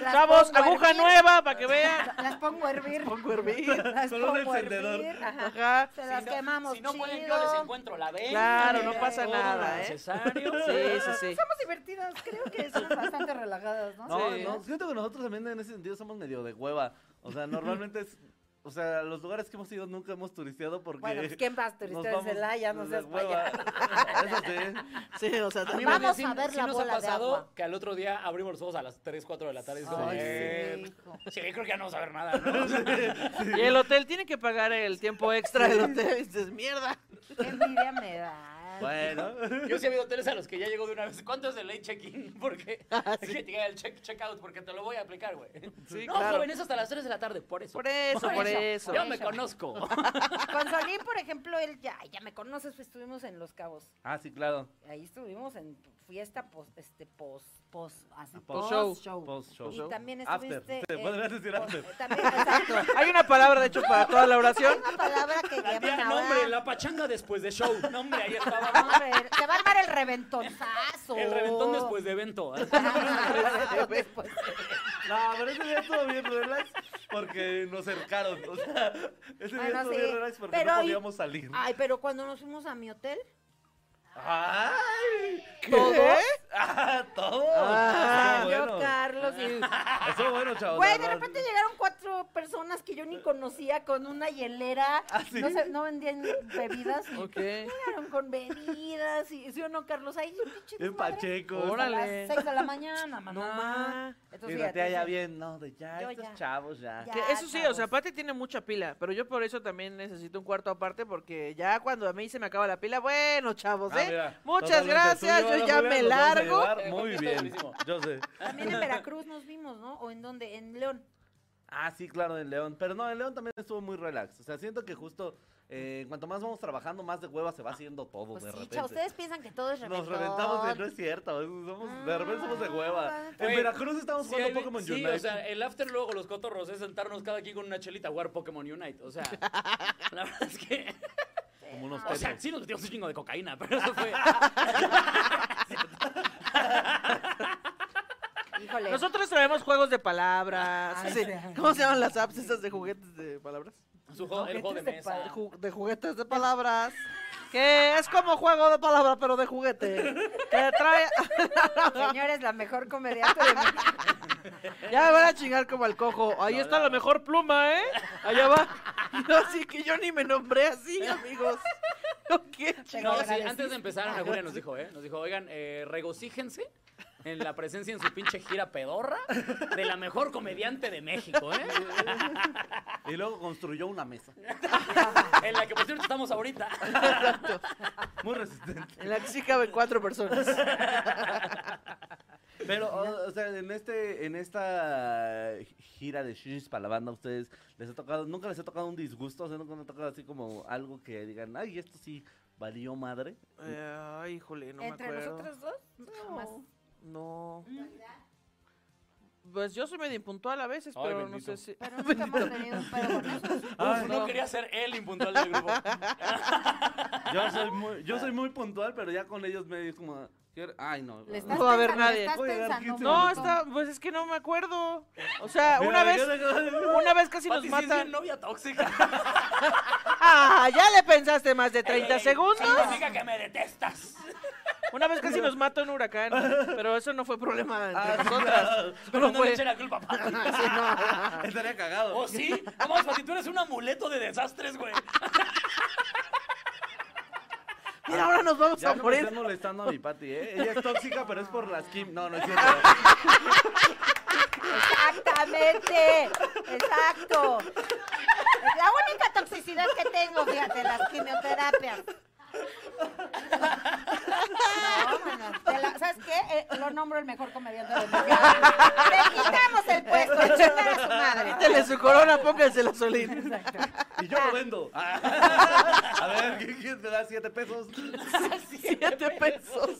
Speaker 2: Las
Speaker 4: Chavos,
Speaker 2: pongo a
Speaker 4: aguja
Speaker 2: hervir,
Speaker 4: nueva para que vean.
Speaker 2: Las pongo a hervir.
Speaker 4: Pongo a hervir.
Speaker 2: Las
Speaker 3: Con un
Speaker 2: pongo a
Speaker 3: encendedor.
Speaker 2: hervir, ajá.
Speaker 4: Ajá.
Speaker 2: Se las quemamos
Speaker 6: Si no pueden, yo
Speaker 2: chido.
Speaker 6: les encuentro la venta.
Speaker 4: Claro, no
Speaker 6: les
Speaker 4: pasa
Speaker 6: cobro lo
Speaker 4: nada, ¿eh?
Speaker 6: necesario.
Speaker 4: Sí, sí, sí.
Speaker 2: Somos divertidas, creo que somos bastante relajadas, ¿no?
Speaker 3: No,
Speaker 4: Sí.
Speaker 3: no, siento que nosotros también en ese sentido somos medio de hueva. O sea, normalmente es. O sea, los lugares que hemos ido nunca hemos turisteado porque.
Speaker 2: Bueno, pues, ¿quién vas?
Speaker 3: nos
Speaker 2: Turista de Celaya, no
Speaker 3: de
Speaker 2: seas para
Speaker 3: hueva.
Speaker 2: allá.
Speaker 3: Eso sí.
Speaker 4: Sí, o sea,
Speaker 1: A mí
Speaker 4: también.
Speaker 1: más
Speaker 2: Vamos
Speaker 1: bien
Speaker 2: a
Speaker 1: sí-
Speaker 2: ver
Speaker 1: sí
Speaker 2: la
Speaker 1: nos
Speaker 2: bola
Speaker 1: ha
Speaker 2: de
Speaker 1: pasado
Speaker 2: agua.
Speaker 1: que al otro día abrimos los ojos a las 3, 4 de la tarde. y es como,
Speaker 2: Ay,
Speaker 1: eh,
Speaker 2: sí, hijo.
Speaker 1: sí, creo que ya no vamos a ver nada, ¿no?
Speaker 4: Y el hotel tiene que pagar el tiempo extra del hotel. Y dices, mierda.
Speaker 2: Qué envidia me da.
Speaker 3: Bueno.
Speaker 1: Yo sí he habido hoteles a los que ya llego de una vez. ¿Cuánto es el late check-in? Porque que te llega el check- check-out, porque te lo voy a aplicar, güey.
Speaker 4: Ah, Sí,
Speaker 1: no,
Speaker 4: claro.
Speaker 1: joven, eso hasta las 3 de la tarde, por eso.
Speaker 4: Por eso, por eso.
Speaker 1: Yo me conozco.
Speaker 2: Con Solín, por ejemplo, él ya, ya me conoces, pues, estuvimos en Los Cabos.
Speaker 3: Ah, sí, claro.
Speaker 2: Ahí estuvimos en fiesta post, este, post, post, así,
Speaker 3: Post
Speaker 4: show.
Speaker 3: Post show.
Speaker 2: Y también
Speaker 3: After.
Speaker 2: estuviste...
Speaker 3: Se
Speaker 2: en-
Speaker 3: podría decir
Speaker 2: post-
Speaker 3: after.
Speaker 2: También, exacto.
Speaker 4: Hay una palabra, de hecho, para toda la
Speaker 2: Hay
Speaker 4: oración.
Speaker 2: una palabra que llaman
Speaker 1: Ya, no,
Speaker 2: ahora...
Speaker 1: hombre, la pachanga después de show. No, hombre, ahí estaba.
Speaker 2: No, hombre, te va a armar el reventonzazo.
Speaker 1: El reventón después de evento.
Speaker 2: Ajá, Ah, después.
Speaker 3: No, pero ese día estuvo bien relax porque nos cercaron. O sea, ese día
Speaker 2: Bueno,
Speaker 3: estuvo
Speaker 2: sí.
Speaker 3: bien relax porque
Speaker 2: Pero Ah.
Speaker 3: no
Speaker 2: y-
Speaker 3: podíamos salir.
Speaker 2: Ay, pero cuando nos fuimos a mi hotel,
Speaker 3: ¡Ay!
Speaker 4: ¿Todo?
Speaker 3: ¡Ah, todo!
Speaker 4: Ah,
Speaker 3: Estuvo
Speaker 2: yo,
Speaker 3: bueno.
Speaker 2: Carlos y...
Speaker 3: Estuvo bueno, chavos.
Speaker 2: Güey,
Speaker 3: la
Speaker 2: de
Speaker 3: verdad.
Speaker 2: repente llegaron cuatro personas que yo ni conocía con una hielera.
Speaker 3: ¿Ah, sí?
Speaker 2: No sé, no vendían bebidas. y
Speaker 4: Ok.
Speaker 2: Llegaron con bebidas y sí o no, Carlos, ahí pinche
Speaker 3: Bien
Speaker 2: desmadre.
Speaker 3: pacheco.
Speaker 2: Hasta
Speaker 4: Órale.
Speaker 2: las seis de la mañana, mamá.
Speaker 4: Ah, ma.
Speaker 2: Entonces,
Speaker 3: Y la tía ya
Speaker 2: entonces,
Speaker 3: bien, no, de ya,
Speaker 2: Yo
Speaker 3: estos
Speaker 2: ya.
Speaker 3: chavos ya. Ah,
Speaker 2: Ya.
Speaker 4: Que eso sí, o sea,
Speaker 2: chavos.
Speaker 4: Pati tiene mucha pila, pero yo por eso también necesito un cuarto aparte porque ya cuando a mí se me acaba la pila, bueno, chavos,
Speaker 3: Ah,
Speaker 4: ¿eh?
Speaker 3: mira,
Speaker 4: Muchas
Speaker 3: totalmente
Speaker 4: gracias,
Speaker 3: tú y
Speaker 4: yo
Speaker 3: Ana
Speaker 4: ya
Speaker 3: Julia
Speaker 4: me
Speaker 3: nos vamos a
Speaker 4: largo.
Speaker 3: llevar Muy bien,
Speaker 1: durísimo.
Speaker 3: yo sé.
Speaker 2: También en Veracruz nos vimos, ¿no? ¿O en dónde? En León.
Speaker 3: Ah, sí, claro, en León. Pero no, en León también estuvo muy relax. O sea, siento que justo, eh, cuanto más vamos trabajando, más de hueva se va haciendo todo
Speaker 2: Pues
Speaker 3: de
Speaker 2: sí,
Speaker 3: repente.
Speaker 2: cha, ustedes piensan que todo es reventón. Ah,
Speaker 3: Nos reventamos de no es cierto. es- somos- de repente somos de hueva. En
Speaker 1: Güey,
Speaker 3: Veracruz estamos
Speaker 1: Sí,
Speaker 3: jugando
Speaker 1: hay-
Speaker 3: Pokémon
Speaker 1: sí,
Speaker 3: Unite.
Speaker 1: o sea, el after luego con los cotorros es sentarnos cada quien con una chelita a jugar Pokémon Unite. O sea, la verdad es que.
Speaker 3: como unos
Speaker 1: O sea,
Speaker 3: tetos.
Speaker 1: sí nos metimos un chingo de cocaína, pero eso fue.
Speaker 2: Híjole.
Speaker 4: Nosotros traemos juegos de palabras.
Speaker 2: Ay,
Speaker 4: sí.
Speaker 2: sí.
Speaker 4: ¿Cómo se llaman las apps esas de juguetes de palabras?
Speaker 1: Su juego, el juego de
Speaker 4: De,
Speaker 1: mesa.
Speaker 4: ju- de juguetes de palabras. Que es como juego de palabras, pero de juguete. Que trae.
Speaker 2: Señores, la mejor comediante de México.
Speaker 4: Ya me van a chingar como al cojo. Ahí está la mejor pluma, ¿eh? Allá va. No, así que yo ni me nombré así, amigos. No, qué
Speaker 2: Te
Speaker 4: chingada.
Speaker 1: No, sí,
Speaker 2: agradecí.
Speaker 1: antes de empezar, Ana Julia nos dijo, ¿eh? Nos dijo, oigan, eh, regocíjense en la presencia en su pinche gira pedorra de la mejor comediante de México, ¿eh?
Speaker 3: Y luego construyó una mesa.
Speaker 1: En la que por cierto estamos ahorita.
Speaker 3: Muy resistente.
Speaker 4: En la que sí caben cuatro personas.
Speaker 3: Pero, o, o sea, en este, en esta gira de shishis para la banda, ¿a ustedes les ha tocado, nunca les ha tocado un disgusto, o sea, nunca les ha tocado así como algo que digan, ay, esto sí valió madre.
Speaker 4: Eh, Ay, híjole, no
Speaker 2: ¿Entre
Speaker 4: me acuerdo.
Speaker 2: nosotros dos? Jamás.
Speaker 4: No. Pues yo soy medio impuntual a veces,
Speaker 1: Ay,
Speaker 4: pero
Speaker 1: bendito.
Speaker 4: no sé si.
Speaker 2: Pero nunca hemos tenido un pedo con eso.
Speaker 4: Ah,
Speaker 1: Uf, no quería ser el impuntual del grupo.
Speaker 3: Yo soy muy, yo soy muy puntual, pero ya con ellos me es como, "Quiero- ay, no.
Speaker 2: Le estás
Speaker 4: No va a haber
Speaker 2: pensando- le
Speaker 4: nadie.
Speaker 2: estás
Speaker 3: Voy a dar
Speaker 2: pensando
Speaker 3: 15
Speaker 2: un
Speaker 4: No,
Speaker 2: montón.
Speaker 4: está, pues es que no me acuerdo. O sea,
Speaker 3: Mira,
Speaker 4: una vez,
Speaker 3: yo le-
Speaker 4: una vez casi nos
Speaker 1: Pati, sí es bien
Speaker 4: matan.
Speaker 1: novia tóxica.
Speaker 4: Ah, ya le pensaste más de 30 segundos.
Speaker 1: Significa que me detestas.
Speaker 4: Una vez casi nos mata un huracán, pero eso no fue problema entre
Speaker 3: Ah,
Speaker 4: nosotras.
Speaker 1: Pero
Speaker 4: Solo
Speaker 1: no le
Speaker 4: fue-
Speaker 1: eché la culpa a Pati.
Speaker 4: Sí, no.
Speaker 3: Estaría cagado.
Speaker 1: ¿O sí? Vamos, Pati, tú eres un amuleto de desastres, güey.
Speaker 4: Mira, ahora nos vamos
Speaker 3: Ya
Speaker 4: a
Speaker 3: no me están
Speaker 4: morir.
Speaker 3: molestando a mi Pati, ¿eh? Ella es tóxica, pero es por las Kim. No, no es cierto.
Speaker 2: Exactamente, exacto. Es la única toxicidad que tengo, fíjate, las quimioterapias. No, mano, te la- ¿Sabes qué? Eh, lo nombro el mejor comediante del mundo. Le quitamos el puesto, chingar a su madre.
Speaker 4: Quítele su corona, póngansela Solín.
Speaker 3: Y yo lo vendo. Ah. A ver, ¿quién- ¿quién te da siete pesos?
Speaker 4: Siete pesos.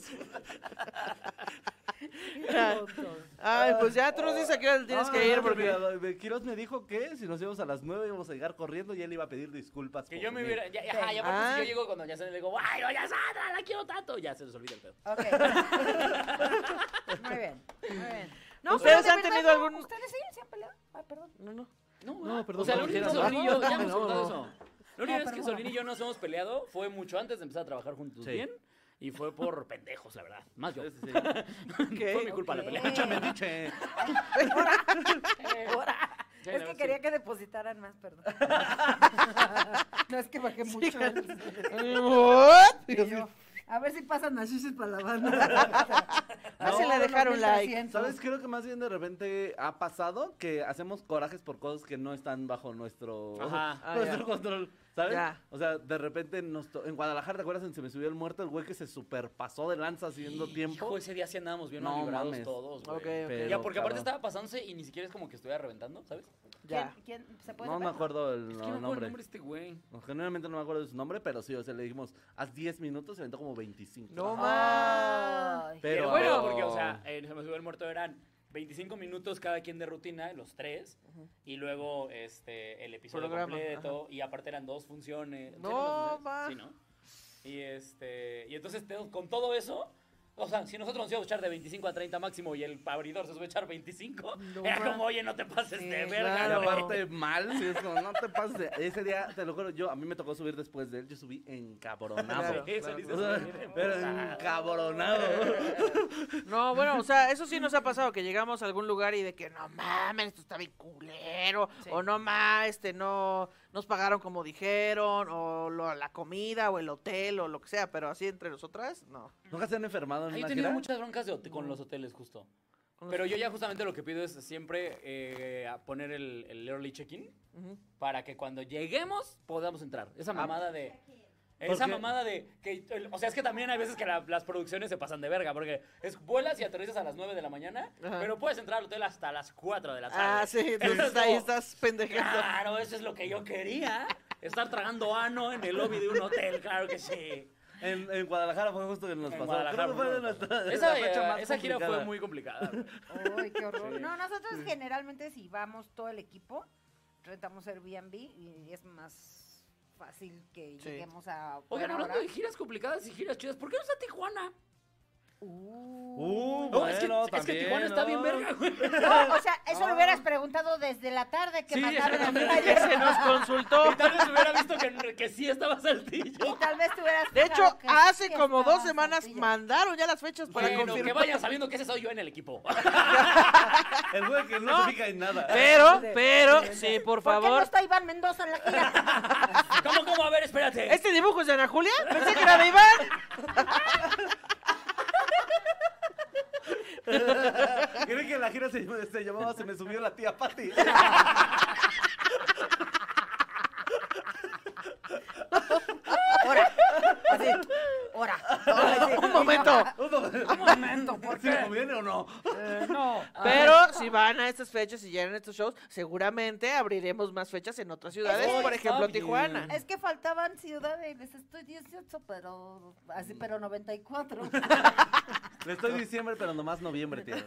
Speaker 4: Ay, pues ya tú nos dices a qué hora tienes
Speaker 3: Ah,
Speaker 4: que ir
Speaker 3: no,
Speaker 4: porque.
Speaker 3: mira, me- Quiroz me dijo que si nos íbamos a las 9 íbamos a llegar corriendo y él iba a pedir disculpas.
Speaker 1: Que
Speaker 3: por
Speaker 1: yo me
Speaker 3: mí.
Speaker 1: hubiera. Ya, ajá, ya porque
Speaker 4: Ah.
Speaker 1: si yo llego cuando ya se le digo, ¡ay, oye, Sandra, la quiero tanto! Ya se les olvida el pedo.
Speaker 2: Ok. Muy bien, muy bien.
Speaker 4: No,
Speaker 2: pero
Speaker 4: ¿Ustedes
Speaker 2: de
Speaker 4: han
Speaker 2: verdad,
Speaker 4: tenido
Speaker 2: no,
Speaker 4: algún.?
Speaker 2: ¿Ustedes sí se han peleado? Ay, perdón.
Speaker 4: No, no.
Speaker 1: No,
Speaker 3: No, perdón,
Speaker 1: O sea,
Speaker 3: no,
Speaker 1: lo único que
Speaker 3: no,
Speaker 1: Solín y yo,
Speaker 4: no,
Speaker 1: ya hemos
Speaker 4: no,
Speaker 1: contado
Speaker 4: no.
Speaker 1: eso. Lo único
Speaker 2: No,
Speaker 1: es que
Speaker 2: perdón.
Speaker 1: Solín y yo nos hemos peleado fue mucho antes de empezar a trabajar juntos
Speaker 3: Sí.
Speaker 1: bien. Y fue por pendejos, la verdad. Más yo.
Speaker 3: Sí, sí, sí.
Speaker 1: Fue mi culpa la pelea.
Speaker 3: Diche, me diche.
Speaker 1: Sí, la
Speaker 2: es
Speaker 1: verdad,
Speaker 2: que
Speaker 1: sí.
Speaker 2: quería que depositaran más, perdón. no es que bajé mucho. Y yo, a ver si pasan las shishis para la banda.
Speaker 4: Hácele dejar un like.
Speaker 3: ¿Sabes? Creo que más bien de repente ha pasado que hacemos corajes por cosas que no están bajo nuestro,
Speaker 1: Ajá.
Speaker 4: Ah,
Speaker 3: nuestro
Speaker 4: ya.
Speaker 3: control. ¿Sabes?
Speaker 4: Ya.
Speaker 3: O sea, de repente nos to- en Guadalajara, ¿te acuerdas en Se me subió el muerto? El güey que se superpasó de lanza haciendo tiempo.
Speaker 1: Hijo, ese día sí andábamos bien
Speaker 3: No
Speaker 1: no,
Speaker 3: mames.
Speaker 1: todos, güey.
Speaker 4: Ok, ok.
Speaker 3: Pero,
Speaker 1: ya, porque aparte
Speaker 3: cabrón.
Speaker 1: estaba pasándose y ni siquiera es como que estuviera reventando, ¿sabes?
Speaker 4: Ya.
Speaker 2: ¿Quién, quién se puede
Speaker 3: No me
Speaker 2: saber?
Speaker 3: acuerdo el
Speaker 1: Es que no me acuerdo el
Speaker 3: nombre.
Speaker 1: nombre de este güey.
Speaker 3: No, Genuinamente no me acuerdo de su nombre, pero sí, o sea, le dijimos, haz 10 minutos y aventó como 25.
Speaker 4: No más.
Speaker 2: Ay.
Speaker 1: Pero, bueno,
Speaker 3: pero
Speaker 1: porque, o sea, en Se me subió el muerto eran 25 minutos cada quien de rutina, los tres, y luego este el episodio
Speaker 4: Programa,
Speaker 1: completo, y aparte eran dos funciones. ¿Sí
Speaker 4: No,
Speaker 1: eran dos funciones?
Speaker 4: va.
Speaker 1: Sí, ¿no? Y, este, y entonces, te- con todo eso, o sea, si nosotros nos íbamos a echar de 25 a 30 máximo y el abridor se sube a echar 25, era
Speaker 4: va.
Speaker 1: como, oye, no te pases
Speaker 4: Sí,
Speaker 1: de verga.
Speaker 3: Ah, Y
Speaker 4: claro.
Speaker 1: güey".
Speaker 3: aparte mal, sí, es como, no te pases. de- Ese día, te lo juro, yo, a mí me tocó subir después de él, yo subí encabronado.
Speaker 4: Claro.
Speaker 1: Sí, saliste
Speaker 3: O sea,
Speaker 1: así, miren,
Speaker 3: pero
Speaker 1: puta.
Speaker 3: encabronado.
Speaker 4: No, bueno, o sea, eso sí nos ha pasado que llegamos a algún lugar y de que no mames, esto está bien culero, o no mames, este no nos pagaron como dijeron, o lo- la comida o el hotel o lo que sea, pero así entre nosotras, no.
Speaker 3: ¿Nunca se han enfermado en
Speaker 1: Ahí he
Speaker 3: una
Speaker 1: tenido
Speaker 3: gira?
Speaker 1: muchas broncas de hote- con los hoteles, justo. Pero yo ya justamente lo que pido es siempre eh, a poner el, el early check-in
Speaker 4: Ujú.
Speaker 1: para que cuando lleguemos podamos entrar. Esa mamada de...
Speaker 3: ¿Por
Speaker 1: Esa
Speaker 3: qué?
Speaker 1: mamada de que, el- o sea, es que también hay veces que la- las producciones se pasan de verga, porque es vuelas y aterrizas a las 9 de la mañana,
Speaker 4: Ajá.
Speaker 1: pero puedes entrar al hotel hasta las 4 de la tarde.
Speaker 4: Ah, sí, entonces
Speaker 1: Entonces,
Speaker 4: ahí
Speaker 1: como,
Speaker 4: estás pendejando.
Speaker 1: Claro, eso es lo que yo quería. Estar tragando ano en el lobby de un hotel, claro que sí.
Speaker 3: En, en Guadalajara fue justo que nos
Speaker 1: En
Speaker 3: pasó.
Speaker 1: Guadalajara,
Speaker 3: Creo que fue de
Speaker 1: por favor.
Speaker 3: nuestra- de
Speaker 1: Esa,
Speaker 3: la fecha
Speaker 1: eh,
Speaker 3: más
Speaker 1: esa gira fue
Speaker 3: complicada.
Speaker 1: muy complicada. güey.
Speaker 2: Ay, qué horror.
Speaker 1: Sí.
Speaker 2: No, nosotros generalmente si vamos todo el equipo, rentamos Airbnb y es más fácil que
Speaker 4: Sí.
Speaker 2: lleguemos a
Speaker 1: Oigan,
Speaker 2: buena
Speaker 1: hablando
Speaker 2: hora.
Speaker 1: de giras complicadas y giras chidas, ¿por qué no está Tijuana?
Speaker 3: Uh,
Speaker 1: No, es que-
Speaker 3: bueno,
Speaker 1: es que,
Speaker 3: también,
Speaker 1: Tijuana está bien
Speaker 3: ¿no?
Speaker 1: verga, güey.
Speaker 2: No, o sea, eso lo hubieras preguntado desde la tarde que
Speaker 1: Sí,
Speaker 2: mandaron a mí
Speaker 1: exactamente.
Speaker 4: Que
Speaker 2: ayer.
Speaker 4: se nos consultó.
Speaker 1: Y tal vez hubiera visto que, que sí estaba
Speaker 2: Y
Speaker 1: saltillo.
Speaker 2: tal vez tú hubieras
Speaker 4: De
Speaker 2: fijado
Speaker 4: hecho,
Speaker 2: que-
Speaker 4: hace
Speaker 2: que
Speaker 4: como
Speaker 2: estabas
Speaker 4: dos semanas
Speaker 2: sencilla.
Speaker 4: mandaron ya las fechas para
Speaker 1: Bueno, que
Speaker 4: confirmar.
Speaker 1: vayan sabiendo que ese soy yo en el equipo.
Speaker 3: El güey que no, se fija en nada.
Speaker 4: Pero, pero, sí, por
Speaker 2: ¿Por qué no
Speaker 4: favor.
Speaker 2: está Iván Mendoza en la gira?
Speaker 1: ¿Cómo, cómo? A ver, espérate.
Speaker 4: ¿Este dibujo es de Ana Julia? Pensé que era de Iván.
Speaker 3: Creo que la gira se, se llamaba Se me subió la tía Pati.
Speaker 2: Ahora, así, ahora.
Speaker 4: Un momento.
Speaker 5: Un momento, ¿por
Speaker 3: ¿Sí me
Speaker 5: qué?
Speaker 3: conviene o no?
Speaker 5: Eh, no.
Speaker 4: Pero si van a estas fechas y llegan a estos shows, seguramente abriremos más fechas en otras ciudades,
Speaker 2: Eso
Speaker 4: por
Speaker 2: está
Speaker 4: ejemplo Tijuana.
Speaker 2: Es que faltaban ciudades, les estoy 18, pero así, pero 94.
Speaker 3: Le estoy diciembre, pero nomás noviembre, tía.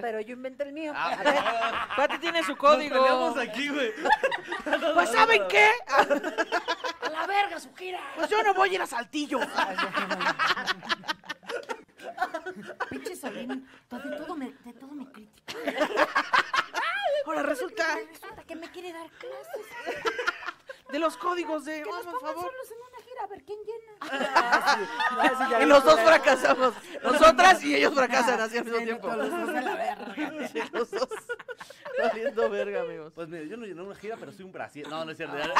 Speaker 2: pero yo inventé el mío.
Speaker 3: Ah,
Speaker 2: A ver,
Speaker 4: Pati tiene su
Speaker 3: Nos
Speaker 4: código.
Speaker 3: peleamos aquí, güey.
Speaker 4: Pues ¿saben qué? Ah,
Speaker 6: ¡A la verga, su gira!
Speaker 4: Pues yo no voy a ir a Saltillo.
Speaker 9: Pinche Solín, to- de todo me, de todo me critica.
Speaker 4: Ahora resulta
Speaker 9: Resulta que me quiere dar clases.
Speaker 4: de los códigos de...
Speaker 9: Que
Speaker 4: Oh,
Speaker 9: nos
Speaker 4: por
Speaker 9: pongan
Speaker 4: favor.
Speaker 9: solos en una gira, a ver quién llena.
Speaker 3: Ah,
Speaker 2: Ah,
Speaker 4: Y los dos fracasamos. Nosotras y ellos fracasan así al mismo tiempo. Sí, los dos. Valiendo verga, amigos.
Speaker 3: Pues mira, yo no llené una gira, pero soy un brasier. No, no es cierto. ya.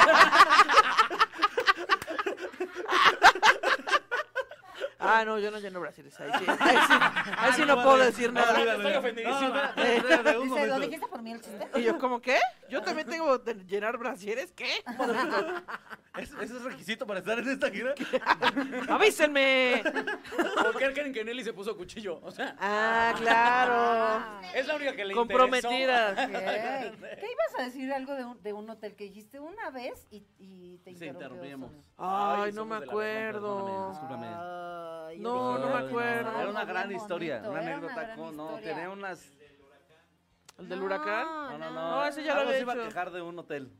Speaker 4: Ah, no, yo no lleno brasiles. Ahí sí, ahí sí, ahí Ah, sí no puedo decir nada.
Speaker 1: Estoy ofendidísima.
Speaker 3: No, espérate, espérate, un
Speaker 2: dice, ¿lo
Speaker 3: momento.
Speaker 2: dijiste por mí el chiste?
Speaker 4: Y yo, ¿cómo qué? Yo también tengo que llenar brasieres, ¿qué?
Speaker 3: ¿Es- ¿Ese es requisito para estar en esta gira?
Speaker 4: ¡Avísenme!
Speaker 1: ¿Por qué creen que Nelly se puso cuchillo? O sea,
Speaker 4: Ah, claro.
Speaker 1: es la única que le
Speaker 4: Comprometida.
Speaker 1: interesó.
Speaker 2: Ok. Ah, ¿Qué ibas a decir algo de un, de un hotel que dijiste una vez y, y te
Speaker 3: Se interrumpimos.
Speaker 2: interrumpimos?
Speaker 4: Ay,
Speaker 1: Ay,
Speaker 4: no me
Speaker 1: somos de la verga,
Speaker 4: acuerdo.
Speaker 3: Discúlpame.
Speaker 4: No, no me acuerdo.
Speaker 3: Era una gran historia,
Speaker 2: bonito,
Speaker 3: una
Speaker 2: era una
Speaker 3: anécdota.
Speaker 2: gran
Speaker 3: con- no,
Speaker 2: historia.
Speaker 3: tenía unas.
Speaker 4: ¿El del huracán?
Speaker 3: No, no, Ah, no.
Speaker 4: No, ese ya lo
Speaker 3: Algo
Speaker 4: había
Speaker 3: se iba a
Speaker 4: hecho.
Speaker 3: quejar de un hotel.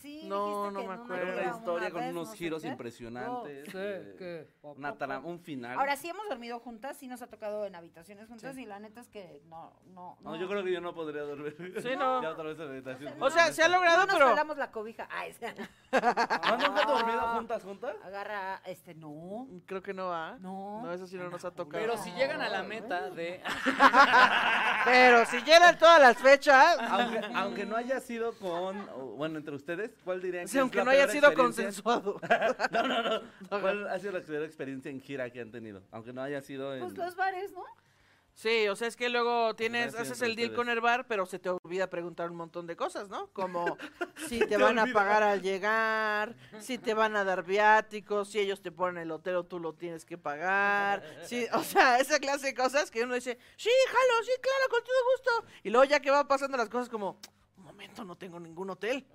Speaker 2: Sí,
Speaker 4: No,
Speaker 2: dijiste que
Speaker 4: no me
Speaker 2: en una
Speaker 4: acuerdo.
Speaker 3: Era una
Speaker 2: gira
Speaker 4: Era
Speaker 3: historia
Speaker 2: vez,
Speaker 3: con
Speaker 2: no
Speaker 3: unos
Speaker 2: sé
Speaker 3: giros
Speaker 2: qué.
Speaker 3: impresionantes.
Speaker 5: Sí,
Speaker 3: eh,
Speaker 5: que...
Speaker 3: Una trama, un final.
Speaker 2: Ahora sí hemos dormido juntas, sí nos ha tocado en habitaciones juntas y la neta es que no, no,
Speaker 3: No, yo creo que yo no podría dormir.
Speaker 4: Sí, no.
Speaker 3: Ya otra vez en la habitación.
Speaker 4: O sea, se ha logrado,
Speaker 2: No nos
Speaker 4: pero...
Speaker 2: jalamos la cobija. Ay, o sea,
Speaker 3: ¿Ah, ¿No nunca has dormido juntas, juntas?
Speaker 2: agarra, este, no,
Speaker 4: Creo que no va.
Speaker 2: no.
Speaker 4: No, eso sí no nos ha tocado.
Speaker 1: Pero si llegan a la meta de.
Speaker 4: Pero si llenan todas las fechas,
Speaker 1: Ah,
Speaker 3: Aunque, aunque no haya sido con, o, bueno, entre ustedes, ¿cuál dirían
Speaker 4: o
Speaker 3: que
Speaker 4: sea,
Speaker 3: es
Speaker 4: aunque
Speaker 3: la
Speaker 4: no haya
Speaker 3: peor
Speaker 4: sido
Speaker 3: experiencia?
Speaker 4: consensuado.
Speaker 3: No, no, no. ¿Cuál ha sido la peor experiencia en gira que han tenido? Aunque no haya sido en...
Speaker 2: Pues los bares, ¿no?
Speaker 4: Sí, o sea, es que luego tienes,
Speaker 3: Gracias
Speaker 4: haces
Speaker 3: a
Speaker 4: el deal
Speaker 3: ustedes.
Speaker 4: con el bar, pero se te olvida preguntar un montón de cosas, ¿no? Como si te van a pagar al llegar, si te van a dar viáticos, si ellos te ponen el hotel o tú lo tienes que pagar. Sí, o sea, esa clase de cosas que uno dice, sí, jalo, sí, claro, con todo gusto. Y luego ya que van pasando las cosas como, un momento, no tengo ningún hotel.